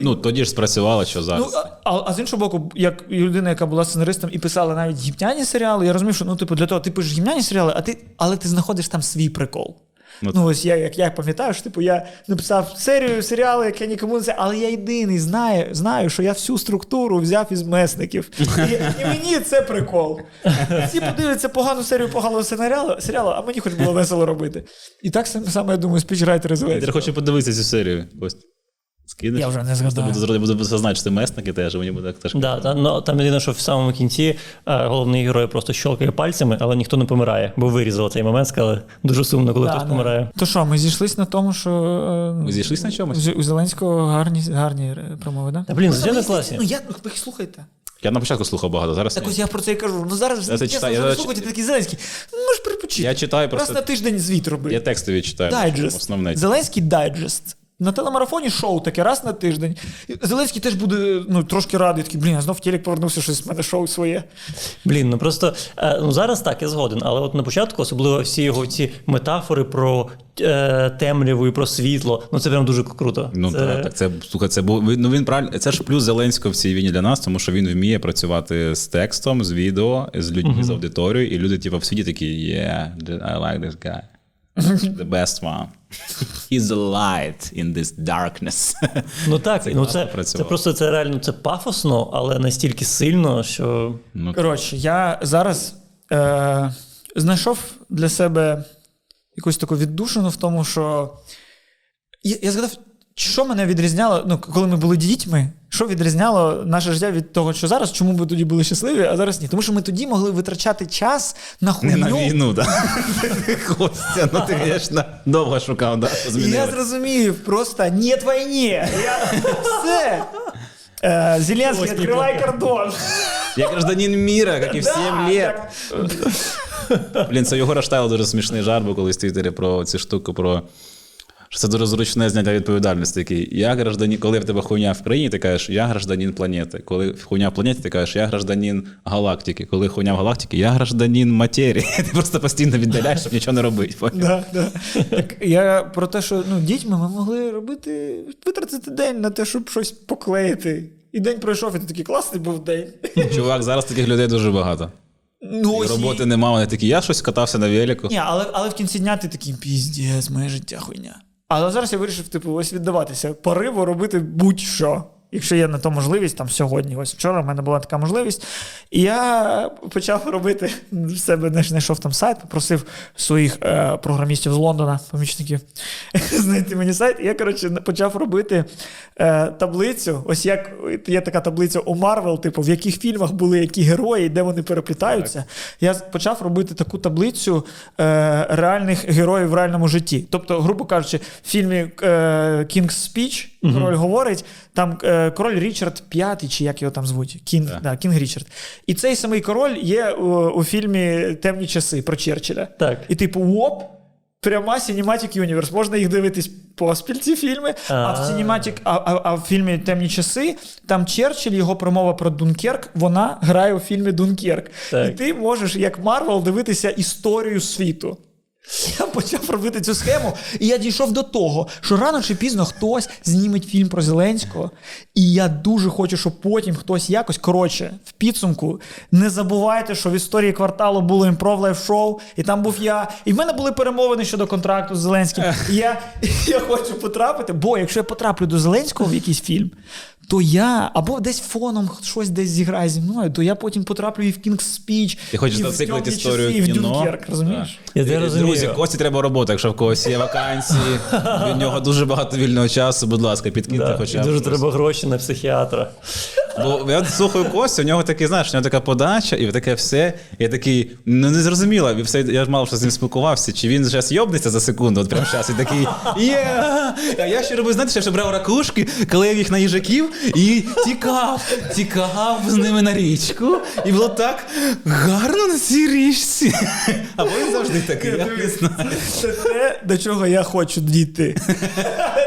S2: Ну, тоді ж спрацювало, що
S3: Ну,
S2: зараз.
S3: а, а- а з іншого боку, як людина, яка була сценаристом і писала навіть гімняні серіали, я розумів, що ну, типу, для того ти пишеш гімняні серіали, а ти, але ти знаходиш там свій прикол. Ну,
S2: Ну, так.
S3: ось я як я пам'ятаю, що типу я написав серію серіалу, як я нікому не знаю, але я єдиний знаю, знаю, що я всю структуру взяв із месників. І, і мені це прикол. Всі подивляться погану серію поганого серіалу, серіалу, а мені хоч було весело робити. І так сам- саме я думаю, спічрайтери
S2: Я тепер
S3: звелися.
S2: хочу подивитися цю серію. Ось. Скинеш?
S3: Я вже не
S2: Просто
S3: згадаю.
S2: буду зразу буду зазначити месники теж, мені буде теж.
S1: Да, та, ну, там єдине, що в самому кінці е, головний герой просто щолкає пальцями, але ніхто не помирає, бо вирізали цей момент, сказали дуже сумно, коли
S3: Да,
S1: хтось
S3: да.
S1: помирає.
S3: То що, ми зійшлись на тому, що. е,
S2: Ми зійшлись на чомусь?
S3: З- У Зеленського гарні, гарні е, промови, да?
S1: Та блін, звичайно класні.
S3: Ну я ну, ви слухайте.
S2: Я на початку слухав багато, зараз.
S3: Так
S2: ні.
S3: ось я про це і кажу. Ну зараз
S2: Я це
S3: чесно,
S2: читаю, я
S3: зараз
S2: читаю.
S3: слухайте такий Зеленський. Ну ж припочити.
S2: Я читаю
S3: Раз на
S2: просто.
S3: тиждень звіт роби.
S2: Я текстові читаю. ну,
S3: Дайджест.
S2: Основне.
S3: Зеленський дайджест. На телемарафоні шоу таке раз на тиждень. І Зеленський теж буде ну, трошки радий, такий, блін, а знов телек повернувся, щось в мене шоу своє.
S1: Блін, ну просто е, ну зараз так я згоден, але от на початку, особливо всі його ці метафори про е, темряву і про світло, ну це прям дуже круто.
S2: Ну
S1: Це-
S2: так, так це слухай, це був ну він правильно. Це ж плюс Зеленського в цій війні для нас, тому що він вміє працювати з текстом, з відео, з людьми, з аудиторією, і люди, типу, в світі такі, yeah, I like this guy. The best one. He's a light in this darkness.
S1: Ну так, це, ну, це,
S2: класно
S1: це
S2: працювало.
S1: просто це реально це пафосно, але настільки сильно, що
S3: Коротше, я зараз е, знайшов для себе якусь таку віддушину в тому, що. Я, я згадав, що мене відрізняло, ну, коли ми були дітьми, що відрізняло наше життя від того, що зараз, чому ми тоді були щасливі, а зараз ні. Тому що ми тоді могли витрачати час на
S2: Не
S3: хуйню.
S2: на війну, так. Костя, ну ти, звісно, довго шукав, да, що
S3: І я
S2: змінили.
S3: зрозумів, просто ні війні. Я... Все. Е, Зеленський,
S1: Ось мій
S2: типу.
S3: відкривай
S1: плакат.
S3: кордон.
S2: Я гражданин міра, як і в
S3: Да,
S2: 7 лет. Блін, це Єгора Штайла дуже смішний жарт, бо колись в Твіттері про цю штуку, про що це дуже зручне зняття відповідальності. Такий, я гражданин, коли в тебе хуйня в країні, ти кажеш, я гражданин планети. Коли хуйня в планеті, ти кажеш, я гражданин галактики. Коли хуйня в галактиці, я гражданин матерії. Ти просто постійно віддаляєш, щоб нічого не робити. поняв?
S3: Да, да. Так, я про те, що ну, дітьми ми могли робити, витратити день на те, щоб щось поклеїти. І день пройшов, і ти такий класний був день.
S2: Чувак, зараз таких людей дуже багато.
S3: Ну,
S2: І
S3: ось
S2: роботи нема, вони такі, я щось катався на велику.
S3: Ні, але, але в кінці дня ти такий піздець, моє життя хуйня. Але зараз я вирішив, типу, ось віддаватися пориву робити будь-що. Якщо є на то можливість, там сьогодні, ось вчора в мене була така можливість. І я почав робити ну, в себе знаєш, знайшов там сайт, попросив своїх е, програмістів з Лондона, помічників, знайти мені сайт. І я, коротше, почав робити е, таблицю. Ось як є така таблиця у Марвел, типу, в яких фільмах були які герої, де вони переплітаються. Я з- почав робити таку таблицю е, реальних героїв в реальному житті. Тобто, грубо кажучи, в фільмі е, King's Speech король говорить, там е, король Річард V, чи як його там звуть? Кінг,
S2: Так.
S3: да, Кінг Річард. І цей самий король є е, у, у фільмі Темні часи про Черчилля.
S1: Так.
S3: І типу, оп, пряма Cinematic Universe. Можна їх дивитись поспіль ці фільми. А, в
S1: А.
S3: Cinematic, а, а, а в фільмі Темні часи там Черчилль, його промова про Дункерк, вона грає у фільмі Дункерк.
S1: Так.
S3: І ти можеш, як Марвел, дивитися історію світу. Я почав робити цю схему, і я дійшов до того, що рано чи пізно хтось зніметь фільм про Зеленського. І я дуже хочу, щоб потім хтось якось коротше в підсумку. Не забувайте, що в історії кварталу було імпров лайф шоу, і там був я. І в мене були перемовини щодо контракту з Зеленським. І я, і я хочу потрапити, бо якщо я потраплю до Зеленського в якийсь фільм, то я або десь фоном щось десь зіграє зі мною, то я потім потраплю і в King's Speech,
S2: Ти хочеш
S3: і в
S2: зациклити
S3: «Темні
S2: історію
S3: часи», і в
S2: кіно.
S3: Дюнкерк, розумієш?
S2: Так.
S1: Я це
S2: Е,
S1: розумію.
S2: Друзі, Кості треба робота, якщо в когось є вакансії. Від нього дуже багато вільного часу. Будь ласка, підкиньте
S1: Да,
S2: хоча
S1: і
S2: б.
S1: дуже треба гроші на психіатра.
S2: Бо я слухаю Костю, у нього такий, знаєш, у нього така подача, і таке все. І я такий, ну не зрозуміло. І все, я ж мало що з ним спілкувався. Чи він зараз йобнеться за секунду, от прямо зараз, і такий є. А я ще робив, знаєте, що я ще брав ракушки, клеїв їх на їжаків і тікав, тікав з ними на річку. І було так гарно на цій річці. Або він завжди такий. Я не знаю.
S3: Це те, до чого я хочу дійти.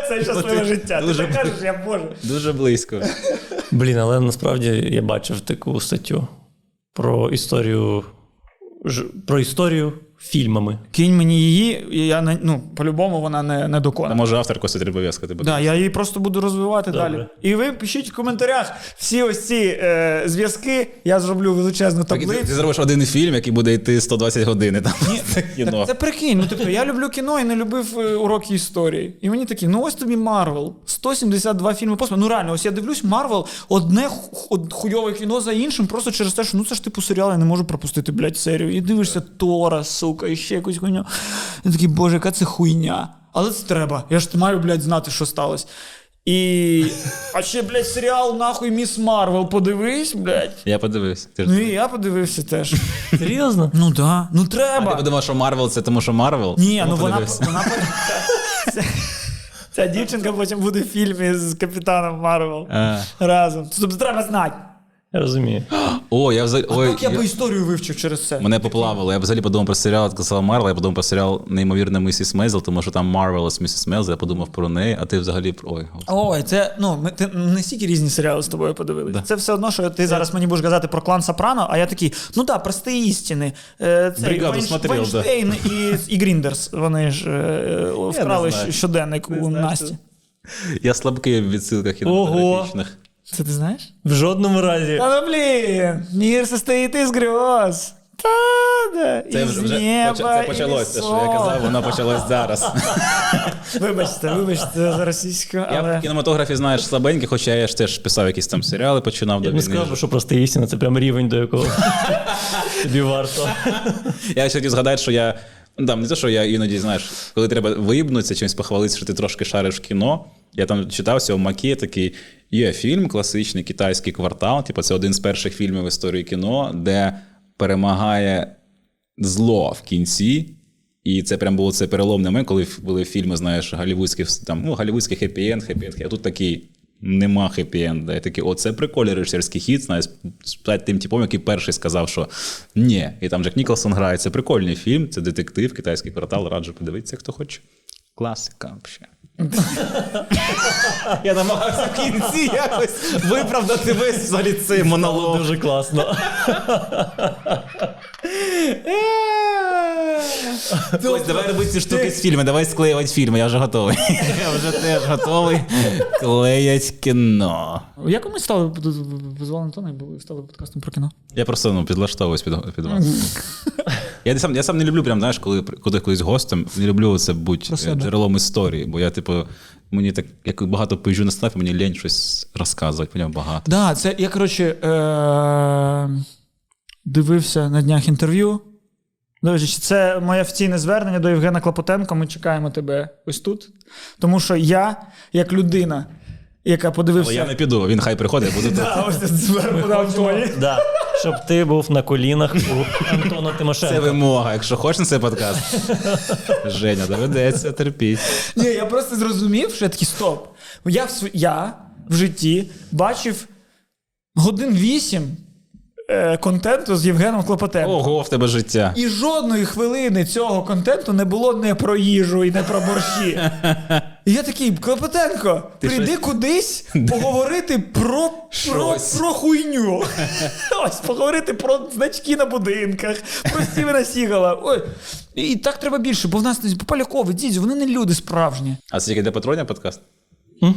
S3: Це щасливе
S2: ти
S3: життя. Ти
S2: дуже
S3: так кажеш, я можу.
S2: Дуже близько.
S1: Блін, але насправді я бачив таку статтю про історію ж- про історію фільмами.
S3: Кинь мені її, і я на- ну, по-любому вона не, не
S2: А
S3: доконана.
S2: може автор Костя типу, Трибов'язка тебе.
S3: Да, я її просто буду розвивати
S1: Добре.
S3: далі. І ви пишіть в коментарях всі ось ці е, зв'язки. Я зроблю величезну
S2: Так, і ти,
S3: таблицю.
S2: ти зробиш один фільм, який буде йти 120 годин. і Там кіно.
S3: Це прикинь. Ну тобто я люблю кіно і не любив е, уроки історії. І мені такі, ну ось тобі Марвел, 172 фільми поспіль. Ну реально, ось я дивлюсь Марвел, одне ху- ху- хуйове кіно за іншим, просто через те, що ну це ж типу серіал, я не можу пропустити, блядь, серію. І дивишся Тора, сука, і ще якусь хуйню. Я такий, боже, яка це хуйня. Але це треба. Я ж маю, блядь, знати, що сталося. І. А ще, блядь, серіал нахуй Міс Марвел, подивись, блядь.
S2: Я подивився. Ти ж
S3: Ну і я подивився теж.
S1: Серйозно?
S3: Ну да, ну
S2: А
S3: треба.
S2: ти подумав, що Марвел це тому, що Марвел?
S3: Ні,
S2: Тому
S3: ну вона,
S2: подивився.
S3: вона потім- ця- ця дівчинка потім буде в фільмі з капітаном Марвел
S2: А.
S3: разом. Тобто треба знати.
S1: Я розумію.
S2: О, я взагалі. Ой,
S3: Як я
S2: я-
S3: би історію вивчив через це.
S2: Мене поплавило. Я взагалі подумав про серіал, казала Марвел, я подумав про серіал неймовірна Місіс Мейзел, тому що там Марвелес Місіс Мейзел, я подумав про неї, а ти взагалі про. Ой, господи.
S3: Ой, це ну ми ти не стільки різні серіали з тобою подивилися. Це все одно, що ти зараз мені будеш казати про клан Сопрано, а я такий, ну да, прості істини. Е, Це
S2: Бригаду смотрел, да.
S3: Вайнштейн і, і Гріндерс. Вони ж е, е, вкрали
S2: знаю.
S3: щ- щоденник у Насті.
S2: Я слабкий в відсилках кінематографічних.
S3: Це ти знаєш?
S1: В жодному разі.
S3: Та ну блін, мир состоїть із грез. Та да,
S2: Це
S3: із
S2: вже вже
S3: неба,
S2: поч- це
S3: і
S2: почалось. Те, що я
S3: сонця.
S2: казав, воно почалось зараз.
S3: Вибачте, вибачте за російську,
S2: Я
S3: але...
S2: в кінематографі знаєш слабенький, хоча я ж теж писав якісь там серіали, починав до
S1: Я б не
S2: війни.
S1: сказав, що просто істина, це прям рівень, до якого тобі варто.
S2: Я ще хотів згадати, що я Да, не те, що я іноді, знаєш, коли треба виїбнутися, чимось похвалитися, що ти трошки шариш в кіно. Я там читався у Макі такий є фільм класичний китайський квартал. Типу, це один з перших фільмів в історії кіно, де перемагає зло в кінці. І це прям було це переломний момент, коли ф- були фільми, знаєш, голівудських там ну, голівудський хеппі-енд, хеппі-енд. А тут такий нема хеппі-енда. Я такий, о, це прикольний режисерський хід, знаєш, стать тим типом, який перший сказав, що ні. І там Джек Ніколсон грає. Це прикольний фільм, це детектив, китайський квартал. Раджу подивитися, хто хоче. Класика взагалі. Я намагався в кінці якось виправдати весь взагалі цей монолог.
S1: Дуже класно.
S2: Ось давай робити ці штуки з фільму, давай склеювати фільми, я вже готовий. Я вже теж готовий клеять кіно.
S3: Як ми стали визвали Антона і були стали подкастом про кіно?
S2: Я просто ну, підлаштовуюсь під, під вас. Я не сам, я сам не люблю, прям, знаєш, коли, коли колись гостем, не люблю це бути
S3: Про себе.
S2: джерелом історії, бо я, типу, мені так, як багато пижу на стафі, мені лень щось розказувати, мені багато.
S3: Да, це я коротше е- дивився на днях інтерв'ю. До речі, це моє офіційне звернення до Євгена Клопотенко. Ми чекаємо тебе ось тут. Тому що я, як людина, яка подивився.
S2: Але я не піду, він хай приходить, буде тут.
S3: А, ось це зверху на Антоні.
S1: Да. Щоб ти був на колінах у Антона
S2: Це
S1: Тимошенка.
S2: вимога. Якщо хочеш на цей подкаст, Женя, доведеться терпіть.
S3: Ні, я просто зрозумів, що я такий стоп. Я в, св- я в житті бачив годин вісім е, контенту з Євгеном Клопотенком.
S2: Ого, в тебе життя.
S3: І жодної хвилини цього контенту не було не про їжу і не про борщі. І я такий, Клопотенко, прийди
S2: щось-
S3: кудись поговорити про, про,
S2: Щось.
S3: про хуйню. Ось поговорити про значки на будинках, про Стівена Сігала. Ой. І, і так треба більше, бо в нас не Полякови, дідзі, вони не люди справжні.
S2: А це тільки для патронів подкаст?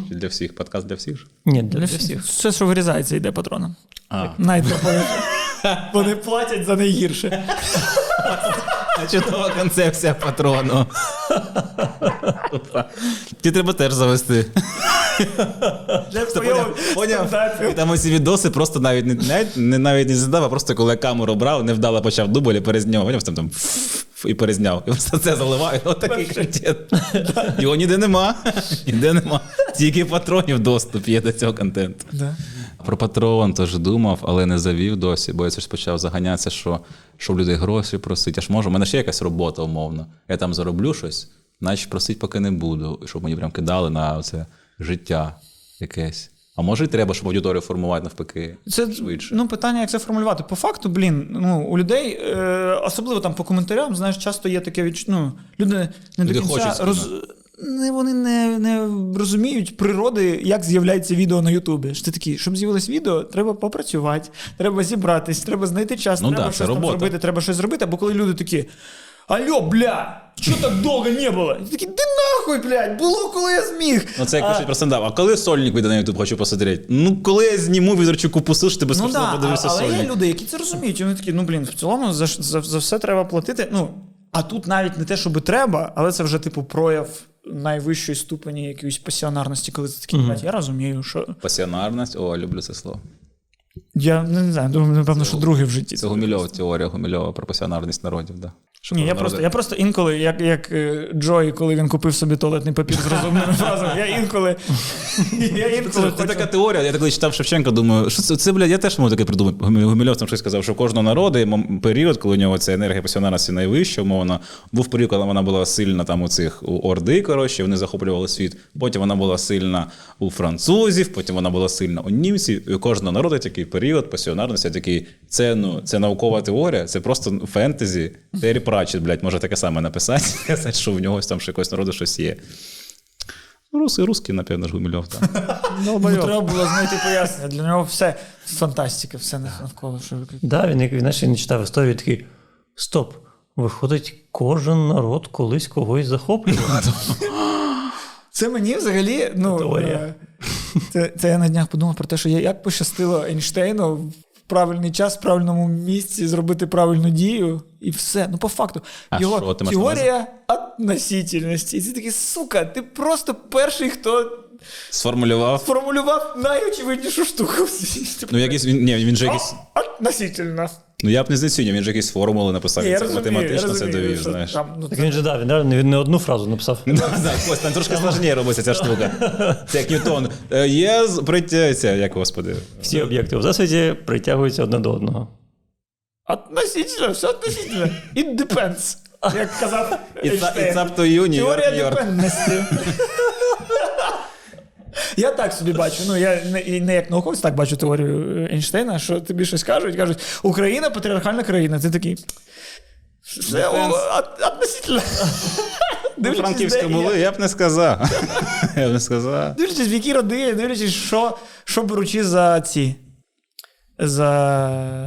S2: Чи для всіх? Подкаст для всіх? ж?
S1: Ні, для
S3: Для
S1: всіх.
S3: всіх. Все, що вирізається, йде патронам.
S2: А.
S3: Найдроповіше. Вони платять за найгірше.
S2: Чудова концепція патрону. Ти треба теж завести.
S3: Для твоєго стендапів.
S2: І там оці відоси просто навіть не навіть не навіть не задав, а просто коли я камеру брав, невдало почав дубль і перезняв. Поняв, там там ф- і перезняв. І просто це заливаю. Отакий контент. Його ніде нема. Ніде нема. Тільки патронів доступ є до цього контенту.
S3: Да.
S2: Про патрон теж думав, але не завів досі, бо я це ж почав заганятися, що, що в людей гроші просить. Я ж можу, у мене ще якась робота умовно. Я там зароблю щось, наче просить поки не буду, щоб мені прям кидали на це життя якесь. А може, і треба, щоб аудиторію формувати навпаки
S3: Це
S2: швидше.
S3: ну питання, як це формулювати. По факту, блін, ну у людей, е, особливо там по коментарям, знаєш, часто є таке відч... ну, люди не
S2: Люди
S3: до кінця
S2: хочуть
S3: роз... не, вони не, не розуміють природи, як з'являється відео на Ютубі. Що ти такий, щоб з'явилось відео, треба попрацювати, треба зібратись, треба знайти час,
S2: Ну
S3: треба
S2: да, це
S3: щось там
S2: робота.
S3: зробити, треба щось зробити. Або коли люди такі. Алло, бля, що так довго не було? І ти такий, де нахуй, блядь, було, коли я зміг.
S2: Ну, це як
S3: А-
S2: пишуть про стендап. А коли сольник вийде на YouTube, хочу посмотрети. Ну, коли я зніму візорчуку пусу, що ти
S3: Ну
S2: безкоштовно
S3: да, а-
S2: подивишся
S3: але
S2: сольник.
S3: є люди, які це розуміють. і Вони такі, ну блін, в цілому за, ш- за, за все треба платити. Ну а тут навіть не те, що би треба, але це вже типу прояв найвищої ступені якоїсь пасіонарності, коли це такі блядь, я розумію, що
S2: Пасіонарність, о, люблю це слово.
S3: я не, не знаю, думаю, напевно, що друге в житті.
S2: Це Гумільова теорія, Гумільова про пасіонарність народів, да. Що
S3: Ні,
S2: про
S3: я
S2: народи-
S3: просто, я просто інколи, як, як е, Джой, коли він купив собі туалетний папір з розумними фразами, я інколи. Я інколи
S2: Це,
S3: хочу-
S2: це така теорія. Я коли читав Шевченка, думаю, що це, це блядь, я теж можу таке придумати. Гумі- Гумільов там щось сказав, що у кожного народу є мом- період, коли у нього ця енергія пасіонарності найвища, умовно. Був період, коли вона була сильна там у цих у орди, коротше, вони захоплювали світ. Потім вона була сильна у французів, потім вона була сильна у німців. І у кожного народу є такий період пасіонарності, я такий, це ну, це наукова теорія, це просто фентезі. Террі Пратчетт, блядь, може таке саме написати, сказати, що в нього там ще якогось народу щось є. Руси, русські, напевно, ж Гумільов там.
S3: Ну, треба було знайти пояснення. Для нього все фантастика, все навколо. Що...
S1: Да, він, як- він знаєш, він читав історію такий: стоп, виходить, кожен народ колись когось захоплював.
S3: Це мені взагалі, ну
S1: Теорія.
S3: е, Це, це я на днях подумав про те, що я як пощастило Ейнштейну в правильний час, в правильному місці зробити правильну дію, і все. Ну, по факту,
S2: А що
S3: його
S2: ти маєш на увазі?
S3: теорія относительності. І ти такий, сука, ти просто перший, хто
S2: Сформулював.
S3: формулював найочевиднішу штуку. в світі.
S2: Ну, якийсь він. Ні, він же якийсь.
S3: Относительно.
S2: Ну я б не знецінював, він же якісь формули написав,
S3: Ні,
S2: він
S3: я
S2: це
S3: розумію,
S2: математично
S3: я
S2: це
S3: розумію,
S2: довів,
S3: що
S2: знаєш.
S3: Там, ну,
S1: Так він же да, він, да, він не одну фразу написав.
S2: Ну, так, ось там трошки сложніше робиться ця штука. Це як Ньютон. Е, Є з- притяться, як господи.
S1: Всі об'єкти в засвіті притягуються одне до одного.
S3: Относительно, все относительно. It depends. Як казав
S2: It's
S3: Ейнштейн.
S2: it's up to you, New York, New
S3: Теорія
S2: York.
S3: депендності. Я так собі бачу. Ну я не, і не як науковець так бачу теорію е, Ейнштейна, що тобі щось кажуть, кажуть, Україна патріархальна країна. Ти такий. Все о, от- относительно.
S2: Ну,
S3: Дивлячись,
S2: Франківська
S3: де
S2: були,
S3: є,
S2: я б не сказав. Я б не сказав.
S3: Дивлячись, в якій родині, дивлячись, що, що беручи за ці. За,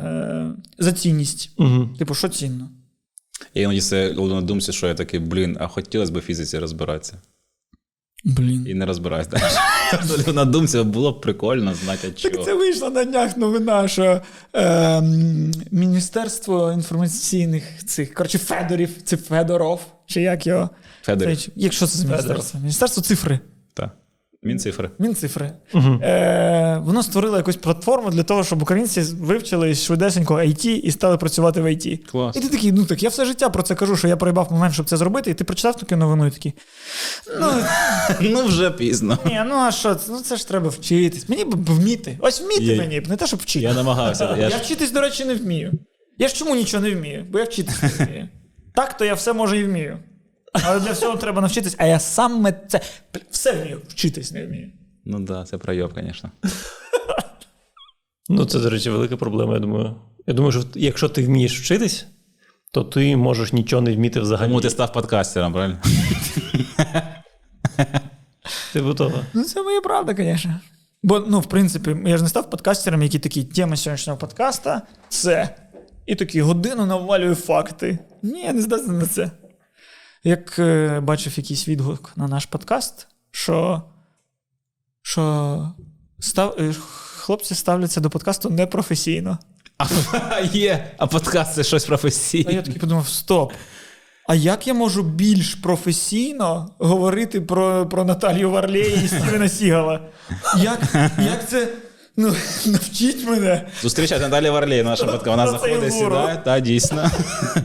S3: е, за цінність.
S1: Угу.
S3: Типу, що цінно?
S2: Я іноді це на думці, що я такий, блін, а хотілося б в фізиці розбиратися.
S3: Блін.
S2: І не розбираюсь. Абсолютно на думці було б прикольно знати, а
S3: Так це
S2: чого.
S3: вийшла на днях новина, що е, Міністерство інформаційних цих коротше Федорів, це Федоров, чи як його?
S2: Федорів.
S3: Це, якщо це з міністерства? Міністерство цифри.
S2: Та. Мінцифри.
S3: Мінцифри. Е, воно створило якусь платформу для того, щоб українці вивчили швидесенько IT і стали працювати в IT.
S2: Клас.
S3: І ти такий, ну так я все життя про це кажу, що я проїбав момент, щоб це зробити, і ти прочитав таку новину і такий. Ну,
S2: Ну вже пізно.
S3: Ні, ну а що? це? Ну це ж треба вчитись. Мені б вміти. Ось вміти
S2: Є.
S3: мені б, не те, щоб вчити.
S2: Я намагався.
S3: Я,
S2: Я ж
S3: вчитись, до речі, не вмію. Я ж чому нічого не вмію? Бо я вчитись не вмію. Так, то я все можу і вмію. Але для всього треба навчитись, а я саме це блін, все вмію, вчитись не вмію.
S2: Ну да, це пройоб, звісно.
S1: Ну, це, до речі, велика проблема, я думаю. Я думаю, що якщо ти вмієш вчитись, то ти можеш нічого не вміти взагалі.
S2: Тому ти став подкастером, правильно?
S1: Ти готова.
S3: Ну, це моя правда, звісно. Бо, ну, в принципі, я ж не став подкастером, який такий тема сьогоднішнього подкаста це. І такий годину навалюю факти. Ні, я не здатний на це. Як е, бачив якийсь відгук на наш подкаст, що, що став, е, хлопці ставляться до подкасту непрофесійно.
S2: Є, а подкаст це щось
S3: А я
S2: професійне.
S3: такий подумав: стоп. А як я можу більш професійно говорити про, про Наталію Варлей і Стівена Сігала? Як, як це? Ну, навчіть мене.
S2: Зустрічайте Наталі Варлей на нашому подкасті. Вона
S3: Про цей
S2: заходить,
S3: гуру.
S2: сідає, та дійсно.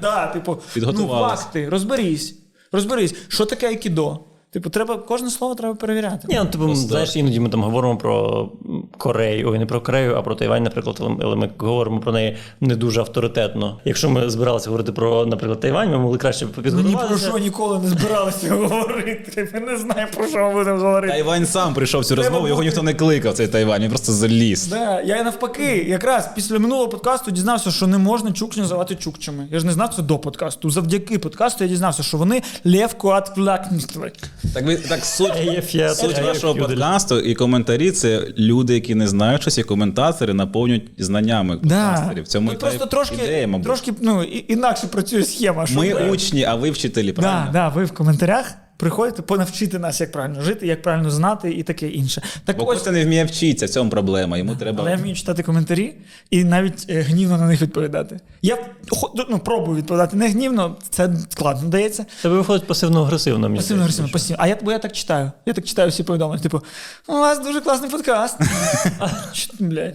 S3: Да, типу, ну,
S2: Підготувалась.
S3: факти, розберись. Розберись, що таке айкідо? Типу, треба кожне слово треба перевіряти.
S1: Ні, ну типу,
S2: Просто-
S1: знаєш, іноді ми там говоримо про м, Корею, ой, не про Корею, а про Тайвань, наприклад, але ми- але ми говоримо про неї не дуже авторитетно. Якщо ми збиралися говорити про, наприклад, Тайвань, ми могли краще
S3: Ні
S1: підготуватися.
S3: про що ніколи не збиралися говорити. Ми не знаємо, про що ми будемо говорити.
S2: Тайвань сам прийшов в цю розмову, його ніхто не кликав, цей Тайвань, він просто заліз.
S3: Да, я навпаки, якраз після минулого подкасту дізнався, що не можна чукч називати чукчами. Я ж не знав це до подкасту. Завдяки подкасту я дізнався, що вони левкоатклакніство.
S2: Так ви так суть.
S1: Еф, я-
S2: Суть
S1: я-
S2: вашого
S1: я-
S2: подкасту і коментарі це люди, які не знають щось, і коментатори наповнюють знаннями
S3: Да.
S2: подкастерів. В цьому
S3: Тут
S2: і та
S3: просто трошки,
S2: ідея, мабуть.
S3: трошки ну, і- інакше працює схема. Що
S2: Ми
S3: ви-
S2: учні, а ви вчителі,
S3: да,
S2: правильно?
S3: да, ви в коментарях приходите понавчити нас, як правильно жити, як правильно знати і таке інше. Так
S2: Бо
S3: ось,
S2: Костя не вміє вчитися, в цьому проблема. Йому треба.
S3: але я вмію читати коментарі і навіть е, гнівно на них відповідати. Я хо- ну, пробую відповідати не гнівно, це складно дається.
S1: Тебе виходить пасивно-агресивно. мені
S3: Пасивно
S1: здається.
S3: агресивно, пасивно. А я, бо я так читаю. Я так читаю всі повідомлення. Типу, у вас дуже класний подкаст. Чо ти, блядь?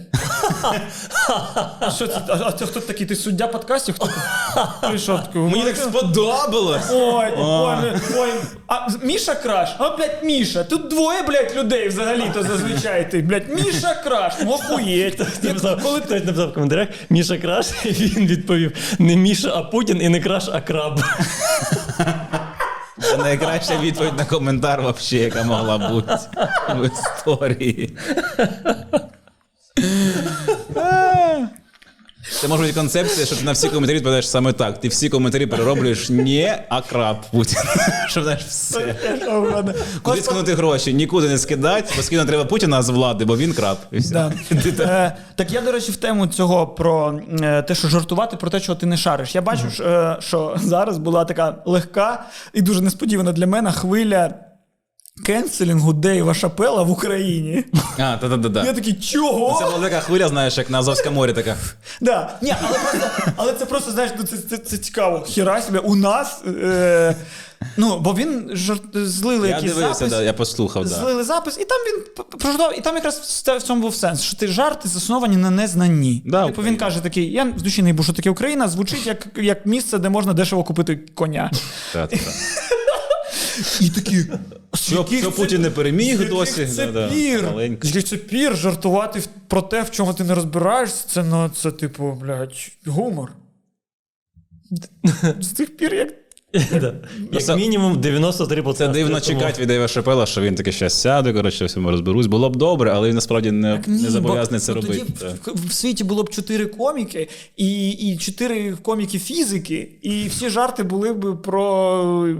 S3: А що це? А, а це хто такий? Ти суддя подкастів? Хто ти? прийшов такий?
S2: Мені так сподобалось.
S3: Ой, ой, ми- ой. А Міша Краш? А, блядь, Міша. Тут двоє, блядь, людей взагалі-то зазвичай ти. Блядь, Міша Краш. Ну, охуєть.
S1: Ти написав, коли хтось написав в коментарях Міша Краш, і він відповів: не Міша, а Путін, і не краш, а краб.
S2: Це найкраща відповідь на коментар, вообще, яка могла бути в історії. Це може бути концепція, що ти на всі коментарі відповідаєш саме так. Ти всі коментарі перероблюєш не а краб Путін. Щоб знаєш все. Куди скинути гроші? Нікуди не скидати, бо скинути треба Путіна з влади, бо він краб. І все.
S3: Да. Е, так я, до речі, в тему цього про е, те, що жартувати про те, чого ти не шариш. Я бачу, ж, е, що зараз була така легка і дуже несподівана для мене хвиля кенселінгу Дейва Шапела в Україні.
S2: А, та-та-та-та.
S3: Я такий, чого?
S2: Це була така хвиля, знаєш, як на Азовське морі така.
S3: Да. Ні, але, просто, але це просто, знаєш, ну, це, це, це цікаво. Хіра себе, у нас. Е, ну, бо він жарт, злили
S2: Я
S3: якісь
S2: дивився,
S3: запис,
S2: да, я послухав, да.
S3: злили запис, і там він п- п- прождав, і там якраз в ста- в цьому був сенс, що ти жарти засновані на незнанні.
S2: Да,
S3: типу він
S2: Україна.
S3: каже такий: я з душі не їбу, що таке Україна, звучить як, як місце, де можна дешево купити коня.
S2: Та-та-та.
S3: І такі.
S2: Що, що Путін не переміг досі?
S3: Це
S2: Да, да.
S3: пір.
S2: Маленький.
S3: Яких це пір жартувати в- про те, в чому ти не розбираєшся, це, ну, це типу, блядь, гумор. З тих пір, як.
S1: Да. Як мінімум 93%.
S2: Це дивно чекати від Дейва Шепела, що він таки щас сяде, коротше, всьому розберусь. Було б добре, але він насправді не, не зобов'язаний це
S3: ну,
S2: робити.
S3: Тоді
S2: да.
S3: в- в, в світі було б чотири коміки і, і чотири коміки фізики, і всі жарти були б про.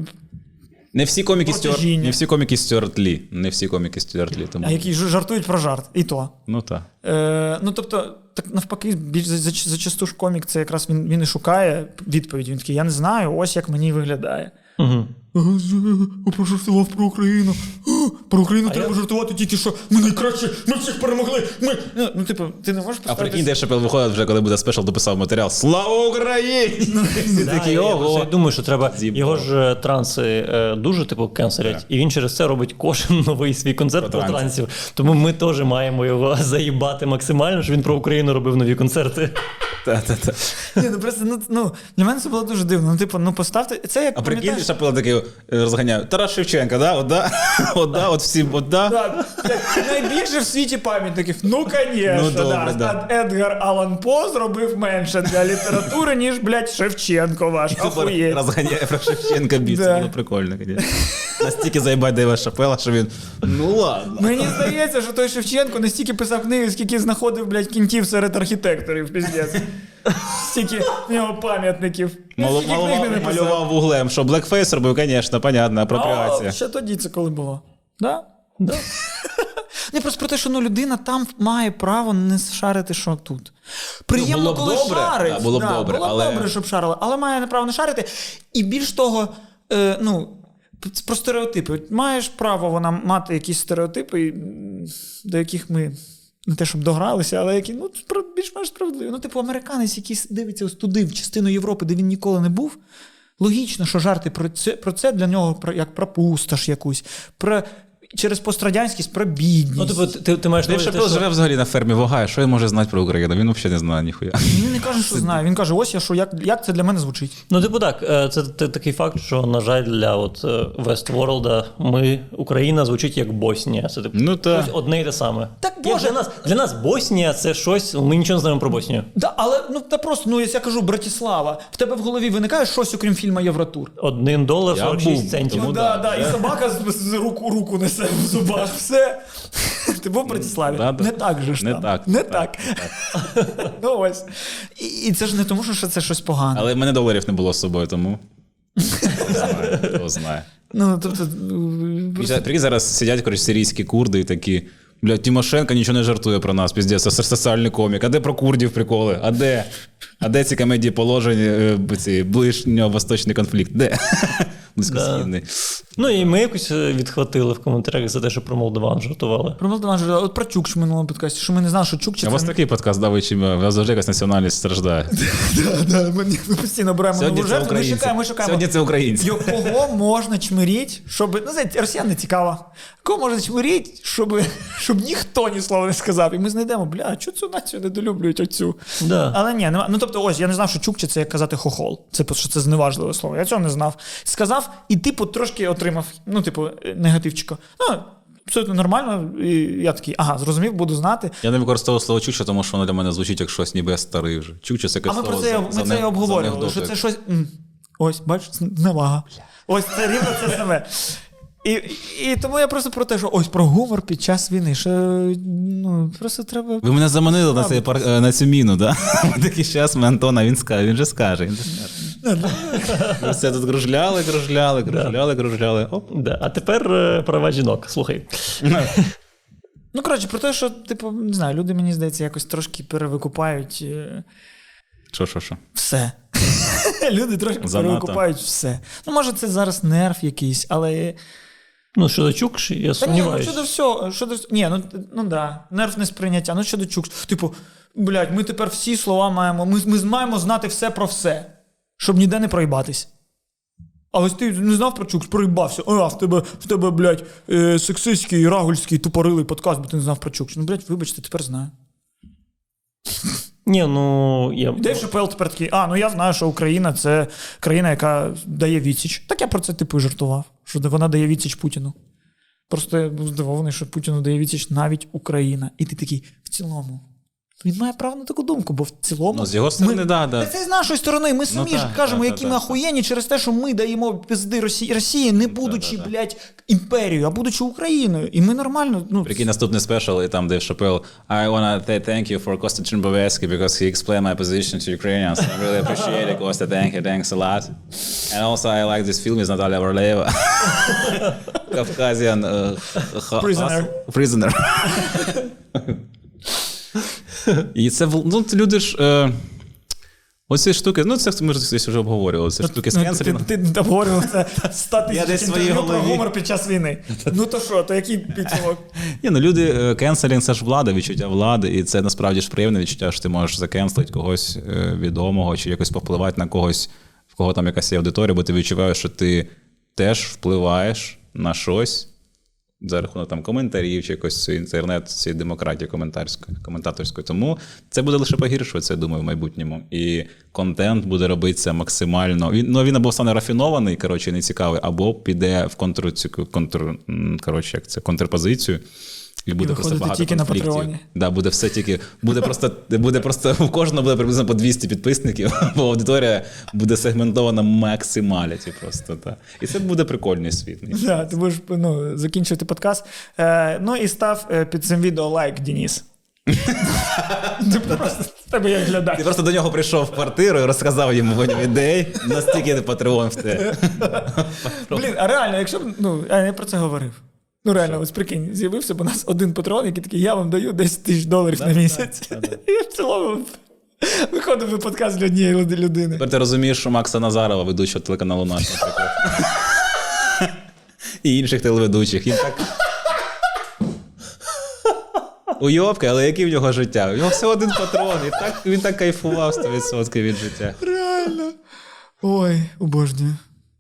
S2: Не всі коміки Стюарт,
S3: Протяжіння.
S2: не всі коміки Стюарт Лі. Не всі коміки Стюарт Лі. Тому
S3: А які ж- жартують про жарт. І то.
S2: ну так.
S3: Е, ну, тобто, так навпаки, більш за- за- зачасту ж комік, це якраз він, він і шукає відповіді. Він такий, я не знаю, ось як мені виглядає.
S1: Мгм.
S3: Ага, з- е, Прожартував про Україну. А, Про Україну треба
S1: я-
S3: жартувати тільки що. Ми найкраще, ми всіх перемогли. Ми. Ну, ну типу, ти не можеш
S2: А
S3: поставити...
S2: прикинь, Дейв Шепел виходить вже, коли буде спешл, дописав матеріал. Слава Україні!
S3: Ну,
S2: Всі
S1: Да,
S2: такі
S1: я- я просто
S2: ого.
S1: думаю, що треба
S2: Зібрав.
S1: його ж е, транси е, дуже типу кенселять, і він через це робить кожен новий свій концерт
S2: Про
S1: про
S2: трансів.
S1: трансів. Тому ми теж маємо його заїбати максимально, щоб він про Україну робив нові концерти.
S2: Та-та-та.
S3: Ні, ну просто ну, ну для мене це було дуже дивно. Ну, типу, ну поставте. Це як
S2: А прикинь,
S3: пам'ятаєш-
S2: Шепел такий е, розганяє. Тарас Шевченка, да? От да? От да, от всім, от да.
S3: Да, як найбільше в світі пам'ятників. Ну, звісно,
S2: Ну, добре,
S3: да.
S2: да.
S3: А Едгар Алан По зробив менше для літератури, ніж, блядь, Шевченко ваш.
S2: Тепер
S3: Ахуєть.
S2: Розганяє про Шевченка біт. Це
S3: Да.
S2: було прикольно, звісно. Настільки заїбать Дейва Шепела, що він. Ну ладно.
S3: Мені здається, що той Шевченко не стільки писав книги, скільки знаходив, блядь, кінтів серед архітекторів, піздець. Стільки в нього пам'ятників. Він
S2: Ну, Мало-
S3: стільки книг не
S2: малував-
S3: написав.
S2: Малював вуглем, що блекфейс робив, звісно, понятно,
S3: А,
S2: апропіація.
S3: ще тоді це коли було. Да? Да. Не просто про те, що ну, людина там має право не шарити, що тут. Приємно,
S2: було б
S3: коли
S2: добре,
S3: шарить.
S2: да, було б добре,
S3: було
S2: але-
S3: добре, щоб шарила, але має право не шарити. І більш того, е, ну, п- про стереотипи. От Маєш право вона мати якісь стереотипи, м, до яких ми. Не те, щоб догралися, але які ну про- більш-менш справедливо. Ну, типу, американець, який дивиться ось туди, в частину Європи, де він ніколи не був. Логічно, що жарти про це, про це для нього про, як про пусташ якусь, про, через пострадянськість про бідність.
S1: Ну, типу, ти, ти маєш на
S2: Дейв
S1: увазі те,
S2: Шепел
S1: що-
S2: живе взагалі на фермі вогає, що він може знати про Україну? Він взагалі не знає ніхуя.
S3: Він не каже, що знає. Він каже, ось я що, як, як це для мене звучить.
S1: Ну, типу, так, е, це та- такий факт, що, на жаль, для от е, Westworld ми Україна звучить як Боснія. Це типу
S2: Ну та.
S1: щось одне і те саме.
S3: Так,
S1: Як
S3: Боже!
S1: для нас для нас Боснія це щось. Ми нічого не знаємо про Боснію.
S3: Да, але ну та просто, ну я кажу, Братіслава, в тебе в голові виникає щось, окрім фільма Євротур.
S1: Один долар
S2: Я
S1: 46
S2: був,
S1: центів.
S2: тому- Ну,
S3: Ну, да,
S2: да,
S3: да, і собака з, з руку руку несе в зубах. Все. Ти був в Братиславі?
S2: Да, да.
S3: Не так же ж
S2: Не
S3: там.
S2: так,
S3: Не
S2: так,
S3: так. ну ось. І, і це ж не тому, що це щось погане.
S2: Але в мене доларів не було з собою, тому. Хто знає, Хто знає.
S3: Ну, тобто,
S2: І за- Прикинь, зараз сидять коротше, сирійські курди і такі. Блядь, Тимошенко нічого не жартує про нас, піздець, це соціальний комік. А де про курдів приколи? А де? А де ці комедії положені е, ці ближньо-восточний конфлікт? Де? Близькосхідний.
S1: Ну і ми якось е, відхватили в коментарях за те, що про молдаван жартували.
S3: Про Молдаван же, от про Чукч в минулому подкасті, що ми не знали, що Чукч
S2: А
S3: це...
S2: у вас
S3: не-
S2: такий подкаст, да, ви чим у вас завжди якась національність страждає.
S3: Да, да, ми ні, ми постійно беремо
S2: Сьогодні
S3: нову
S2: це
S3: жертву, ми
S2: українці.
S3: шукаємо, ми шукаємо.
S2: Сьогодні це українці.
S3: Йо, Кого можна чмиріть, щоб... Ну, знаєте, росіян не цікаво. Кого можна чмиріть, щоб, щоб ніхто ні слова не сказав. І ми знайдемо, бля, чу цю націю недолюблюють оцю.
S1: Да.
S3: Але ні, нема. ну тобто, ось я не знав, що чукче це як казати хохол. Це по- що це зневажливе слово. Я цього не знав. Сказав, і типу трошки отримав, ну, типу, е, негативчика. Ну, абсолютно нормально. І я такий, ага, зрозумів, буду знати.
S2: Я не використовував слово чуча, тому що воно для мене звучить як щось ніби я старий вже. Чуча це якесь
S3: А ми про
S2: слово
S3: це,
S2: за-
S3: ми
S2: за
S3: це
S2: не-
S3: і
S2: за
S3: обговорювали,
S2: анекдоти.
S3: що це щось. м, Ось, бачиш, зневага. Ось це рівно це саме. І, і тому я просто про те, що ось про гумор під час війни. Що, ну, просто треба.
S2: Ви мене заманили на, цей пар... е, на цю міну, да? Ми такий час ми Антона, він скаже, він же скаже. Він же скаже. Ми все тут кружляли, кружляли, кружляли, кружляли. Оп.
S1: Да. А тепер е, права жінок. Слухай.
S3: Ну, коротше, про те, що, типу, не знаю, люди, мені здається, якось трошки перевикупають е,
S2: Що, що, що?
S3: все. Люди трошки
S2: Занадто.
S3: перевикупають все. Ну, може, це зараз нерв якийсь, але
S1: Ну, щодо Чукш, я
S3: Та ні, ну
S1: сумніваюся.
S3: щодо всього, щодо вс- ні, ну т- ну да, нервне сприйняття. Ну щодо чукс. Типу, блядь, ми тепер всі слова маємо. Ми, ми маємо знати все про все, щоб ніде не проїбатись. А ось ти не знав про чукс, проїбався. А, в тебе, в тебе, блядь, е, сексистський, рагульський, тупорилий подкаст, бо ти не знав про чукс. Ну, блядь, вибачте, тепер знаю.
S1: Ні, ну я
S3: Дейв Шепел тепер такий, а, ну я знаю, що Україна це країна, яка дає відсіч. Так я про це типу і жартував, що вона дає відсіч Путіну. Просто я був здивований, що Путіну дає відсіч навіть Україна. І ти такий, в цілому. Він має право на таку думку, бо в цілому.
S2: Ну, з його сторони, да, да. Ну,
S3: Та це з нашої сторони. Ми самі ж
S2: так,
S3: кажемо,
S2: так,
S3: які
S2: так,
S3: ми
S2: так,
S3: охуєнні через те, що ми даємо пизди Росії, Росії не будучи, блядь, імперією, а будучи Україною. І ми нормально. Ну,
S2: Прикинь, наступний спешл, і там, де Шапел. I wanna say thank you for Костя Чимбовецький because he explained my position to Ukrainians. I really appreciate it, Костя. Thank you, thanks a lot. And also I like this film with Natalia е, Варлеєва. Кавказіан.
S3: Prisoner.
S2: Prisoner. І це вл- ну, це люди ж. е, Оці штуки, ну це ми ж десь вже обговорювали. Це штуки з
S3: Ну, ти,
S2: кенселінгу.
S3: ти обговорював це 100
S2: Я десь в
S3: тисяч
S2: своїй
S3: інтерв'ю про
S2: голові.
S3: гумор під час війни. Ну то що, то який підсумок?
S2: Ні, ну люди, е, кенселінг це ж влада, відчуття влади, і це насправді ж приємне відчуття, що ти можеш закенселити когось е, відомого чи якось повпливати на когось, в кого там якась є аудиторія, бо ти відчуваєш, що ти теж впливаєш на щось за рахунок там коментарів чи якось цю інтернет, цієї демократії коментарської, коментаторської. Тому це буде лише погіршуватися, я думаю, в майбутньому. І контент буде робитися максимально. Він ну він або стане рафінований, коротше, не цікавий, або піде в контр, цю- контр м, коротше, як це контрпозицію. І буде просто
S3: виходити
S2: багато
S3: тільки на
S2: конфліктів.
S3: Патреоні.
S2: Да, буде все тільки. Буде просто, буде просто у кожного буде приблизно по 200 підписників, бо аудиторія буде сегментована максималіті просто. Та. І це буде прикольний світ.
S3: Да, ти будеш ну, закінчувати подкаст. Е, ну і став е, під цим відео лайк, Дініс. Ти просто в тебе як глядач.
S2: Ти просто до нього прийшов в квартиру і розказав йому воню ідей, настільки не патреон в те.
S3: Блін, а реально, якщо б ну, а я про це говорив. Ну реально, ось прикинь, з'явився б у нас один патрон, який такий, я вам даю 10 тисяч доларів на місяць. І я в цілому виходив би подкаст для однієї люди- людини.
S2: Тепер ти розумієш, що Макса Назарова, ведучого телеканалу наш, наприклад. І інших телеведучих. Їм так. Уйобки, але яке в нього життя? У нього всього один патрон, і так він так кайфував 100% від життя.
S3: Реально. Ой, обожнюю.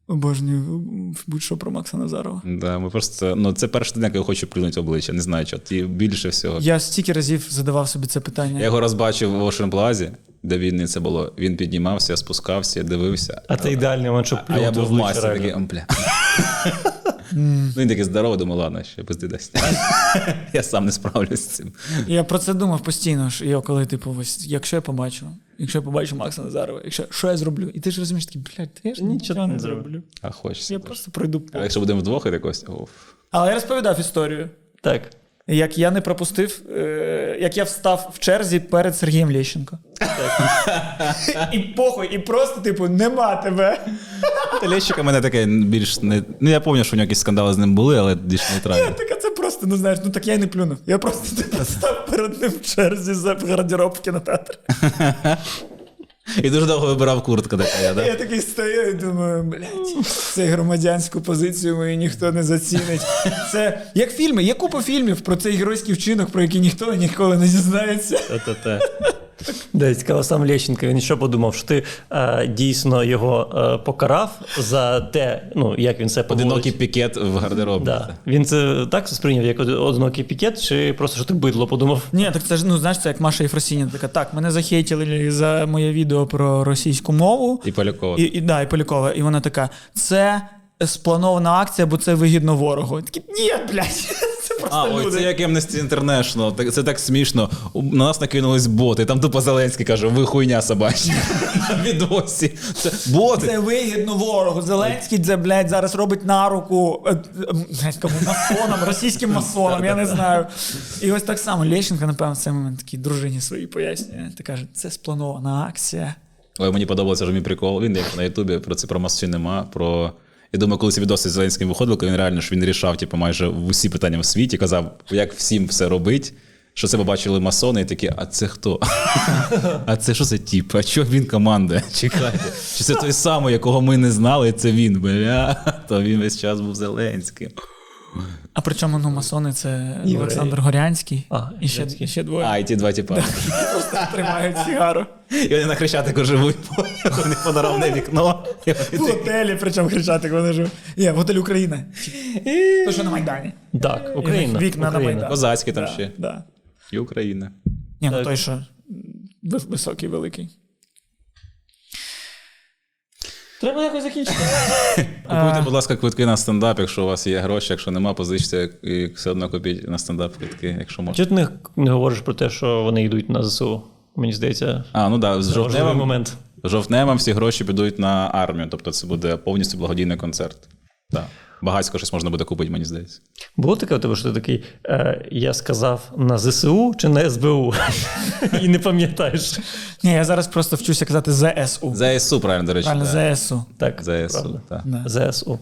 S3: Обожнюю м, будь-що про Макса Назарова.
S2: Да, ми просто, ну, це перший день, який я хочу плюнути в обличчя. Не знаю, чого. І більше всього.
S3: Я стільки разів задавав собі це питання.
S2: Я його розбачив в Ocean Plaza, де війни це було. Він піднімався, я спускався, я дивився.
S1: А це ідеальний момент, щоб
S2: А я
S1: плюнути
S2: був в
S1: обличчя,
S2: масці
S1: реально.
S2: такий, «Ам, бля. Ну він такий здоровий, думаю, ладно, ще пизди дасть. Я сам не справлюсь з цим.
S3: Я про це думав постійно, що я коли, типу, ось, якщо я побачу, якщо я побачу Макса Назарова, якщо що я зроблю? І ти ж розумієш, такий, блядь, та я ж нічого не зроблю.
S2: А хочеться.
S3: Я просто пройду по.
S2: А якщо будемо вдвох, і якось. Оф.
S3: Але я розповідав історію,
S1: Так.
S3: як я не пропустив, е, як я встав в черзі перед Сергієм Лещенко. І похуй, і просто, типу, нема тебе.
S2: Лещика мене таке більш не. Ну я пам'ятаю, що у нього якісь скандали з ним були, але більш
S3: Я
S2: нейтрально.
S3: така, це просто, ну знаєш, ну так я і не плюнув. Я просто типу, став перед ним в черзі за гардероб в кінотеатр.
S2: І дуже довго вибирав куртку така, я,
S3: Я
S2: да?
S3: такий стою і думаю, блядь, цю громадянську позицію мою ніхто не зацінить. Це як фільми, є купа фільмів про цей геройський вчинок, про який ніхто ніколи не дізнається.
S2: Та-та-та.
S1: Да, і цікаво, сам Лещенко, він що подумав, що ти е, дійсно його е, покарав за те, ну як він це
S2: Одинокий
S1: поводить.
S2: пікет в гардеробі.
S1: Да. Він це так сприйняв, як од- одинокий пікет, чи просто що ти бидло подумав?
S3: Ні, так це ж ну знаєш, це як Маша Єфросіня, така так, мене захейтили за моє відео про російську мову.
S2: І Полякова.
S3: І, і, да, і Полякова. І вона така: це спланована акція, бо це вигідно ворогу. Я Такий, ні, блядь, це просто
S2: А,
S3: люди.
S2: ой, це як Amnesty International, так, це так смішно. У- На нас накинулись боти. Там тупо Зеленський каже, ви хуйня собачі. На відосі. Це боти.
S3: Це вигідно ворогу. Зеленський це, блядь, зараз робить на руку е, е, блядь, кому? масонам, російським масонам, я не знаю. І ось так само Лещенко, напевно, в цей момент такій дружині своїй пояснює. Ти каже, це спланована акція.
S2: Ой, мені подобався ж мій прикол. Він як на Ютубі про це про масці нема. Про я думаю, коли ці відоси з Зеленським виходили, коли він реально ж він рішав, типу, майже усі питання в світі, казав, як всім все робить. Що це побачили масони, і такі, а це хто? А це що за тіп? А чого він команда? Чекайте. Чи це той самий, якого ми не знали, і це він? Бля, то він весь час був Зеленським.
S3: А причому ну, масони це
S1: Євреї.
S3: Олександр Горянський
S1: А,
S3: і ще,
S1: Горянський.
S3: і ще двоє
S2: А, і ті два тіпа.
S3: тримають сігару.
S2: І вони на хрещатику живуть, бо вони панорамне вікно. І
S3: В
S2: вони такі,
S3: готелі, причому кричати, вони живуть. Є, в готелі Україна. То що на Майдані.
S1: Так, Україна.
S3: Е, вікна на
S1: Україна.
S3: Майдан.
S2: Козацькі там ще.
S3: Да.
S2: І Україна.
S3: Ні, ну
S1: Так.
S3: той, що м, вис- високий, великий.
S1: Треба якось закінчити.
S3: Е.
S2: Купуйте, будь ласка, квитки на стендап, якщо у вас є гроші, якщо нема, позичте і все одно купіть на стендап квитки, якщо можна.
S1: Чого ти не, не говориш про те, що вони йдуть на ЗСУ? Мені здається,
S2: А, ну да, з
S1: важливий
S2: жовтневим,
S1: момент.
S2: жовтневим всі гроші підуть на армію, тобто це буде повністю благодійний концерт. Так. Багацько щось можна буде купити, мені здається.
S1: Було таке у тебе, що ти такий, е, я сказав на ЗСУ чи на СБУ? І не пам'ятаєш.
S3: Ні, я зараз просто вчуся казати ЗСУ.
S2: ЗСУ, правильно, до речі.
S3: Правильно,
S2: да.
S3: ЗСУ.
S1: Так,
S2: ЗСУ.
S1: правда.
S2: Так.
S3: Да.
S1: ЗСУ.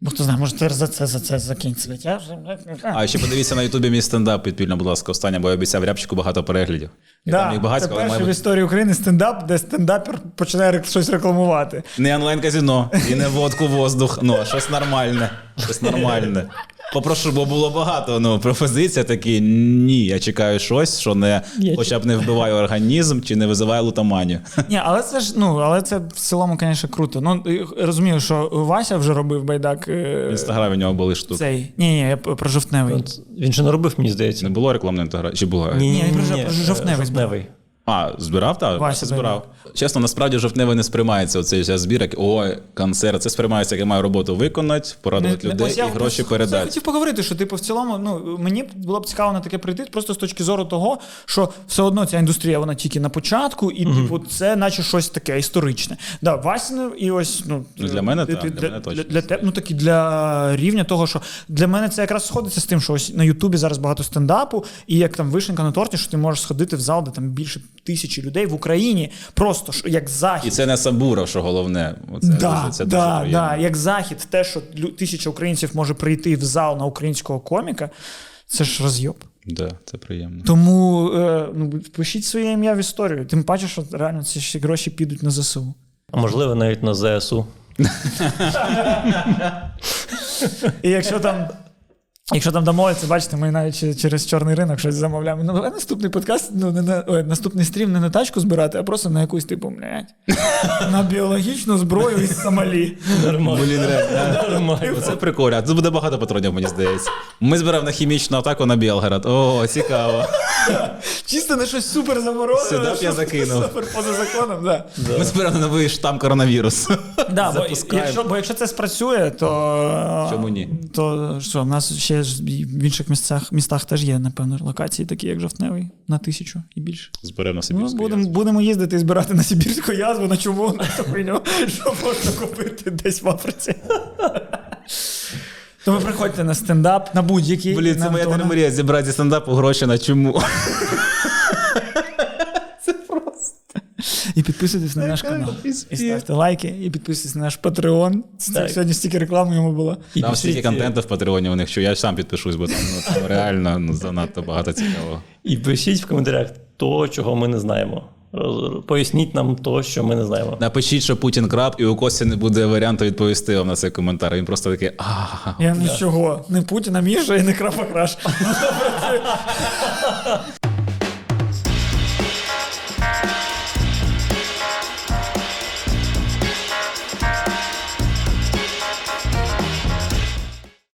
S3: Бо хто знає, може тепер за це, за це закінчить. Я вже...
S2: А ще подивіться на Ютубі мій стендап підпільно, будь ласка, останнє, бо я обіцяв рябчику багато переглядів. І там
S3: Да,
S2: їх багацько,
S3: це
S2: але
S3: перший
S2: має
S3: в
S2: бути.
S3: історії України стендап, де стендапер починає рек- щось рекламувати.
S2: Не онлайн-казіно, і не водку в воздух. Ну, а щось нормальне. Щось нормальне. Попрошу, бо було багато. Ну, пропозиція такі: ні, я чекаю щось, що не
S1: Я
S2: хоча б не вбиває організм чи не визиває лутаманію.
S3: Ні, але це ж ну, але це в цілому, звісно, круто. Ну і розумію, що Вася вже робив байдак е,
S2: В інстаграмі в нього були штуки.
S3: цей. Ні, ні, я п- про жовтневий.
S1: От Він ще не робив, мені здається.
S2: Не було рекламної інтеграції? Чи було?
S3: Ні, він вже- вже жовтневий був.
S1: жовтневий.
S2: А, збирав так?
S3: Вася
S2: збирав. Чесно, насправді жовтневий не сприймається оцей час збір, як о, концерт. Це сприймається, як я маю роботу виконати, порадувати
S3: Не- не-
S2: людей
S3: ось я
S2: і гроші
S3: просто хотів-
S2: передати.
S3: хотів поговорити, що типу в цілому, ну мені б було б цікаво на таке прийти, просто з точки зору того, що все одно ця індустрія вона тільки на початку, і типу це наче щось таке історичне. Да, Васіне, і ось ну
S2: Ну, для мене
S3: для,
S2: так, для
S3: для,
S2: мене
S3: для,
S2: точно.
S3: для те- ну такі для рівня того, що для мене це якраз сходиться з тим, що ось на Ютубі зараз багато стендапу, і як там вишенька на торті, що ти можеш сходити в зал, де там більше тисячі людей в Україні, просто що як захід.
S2: І це не Сабуров, що головне. Оце
S3: Да,
S2: дуже- Е, це дуже
S3: да,
S2: приємно.
S3: да. Як захід, те, що лю- тисяча українців може прийти в зал на українського коміка, це ж розйоб.
S2: Да, це приємно.
S3: Тому е, ну, пишіть своє ім'я в історію. Тим паче, що реально ці всі гроші підуть на ЗСУ.
S1: А можливо, навіть на ЗСУ.
S3: І якщо там. Якщо там домовляться, бачите, ми навіть ще через чорний ринок щось замовляємо. Ну, а наступний подкаст, ну не на ой, наступний стрім не на тачку збирати, а просто на якусь типу, блядь, на біологічну зброю із Сомалі.
S1: Нормально.
S2: Блін, реально.
S1: Нормально.
S2: Оце Ну, прикольно. Тут буде багато патронів, мені здається. Ми збирав на хімічну атаку на Білгород. О, цікаво.
S3: Чисто на щось супер заборонене.
S2: Сюди б я
S3: щось
S2: закинув.
S3: Супер поза законом, так. Да.
S2: Ми збирав новий штам коронавірусу.
S3: Да, бо,
S2: Запускаємо.
S3: якщо, бо якщо це спрацює, то. е,
S2: Чому ні?
S3: То що, в нас ще ж і в інших місцях, містах теж є, напевно, локації, такі як жовтневий, на тисячу і більше.
S2: Зберемо на
S3: Ну, будемо, будемо їздити і збирати на Сибірську язву, на чому, на ту хуйню, що можна купити десь в Африці. Тому приходьте на стендап, на будь-який.
S2: Блін,
S3: на
S2: це моя
S3: Антона.
S2: тепер мрія зібрати зі стендапу гроші на чому.
S3: І підписуйтесь на наш канал. І ставте лайки, і підписуйтесь на наш Patreon. Це
S1: Так.
S3: Сьогодні стільки реклами йому було.
S2: Там
S1: пишіть,
S2: стільки контенту в Патреоні у них, що я сам підпишусь, бо там ну, там реально ну, занадто багато цікавого.
S1: І пишіть в коментарях то, чого ми не знаємо. Роз- Поясніть нам то, що ми не знаємо.
S2: Напишіть, що Путін краб, і у Кості не буде варіанту відповісти вам на цей коментар. Він просто такий а
S3: Я нічого. Не Путіна, Міша і не Крапакраш.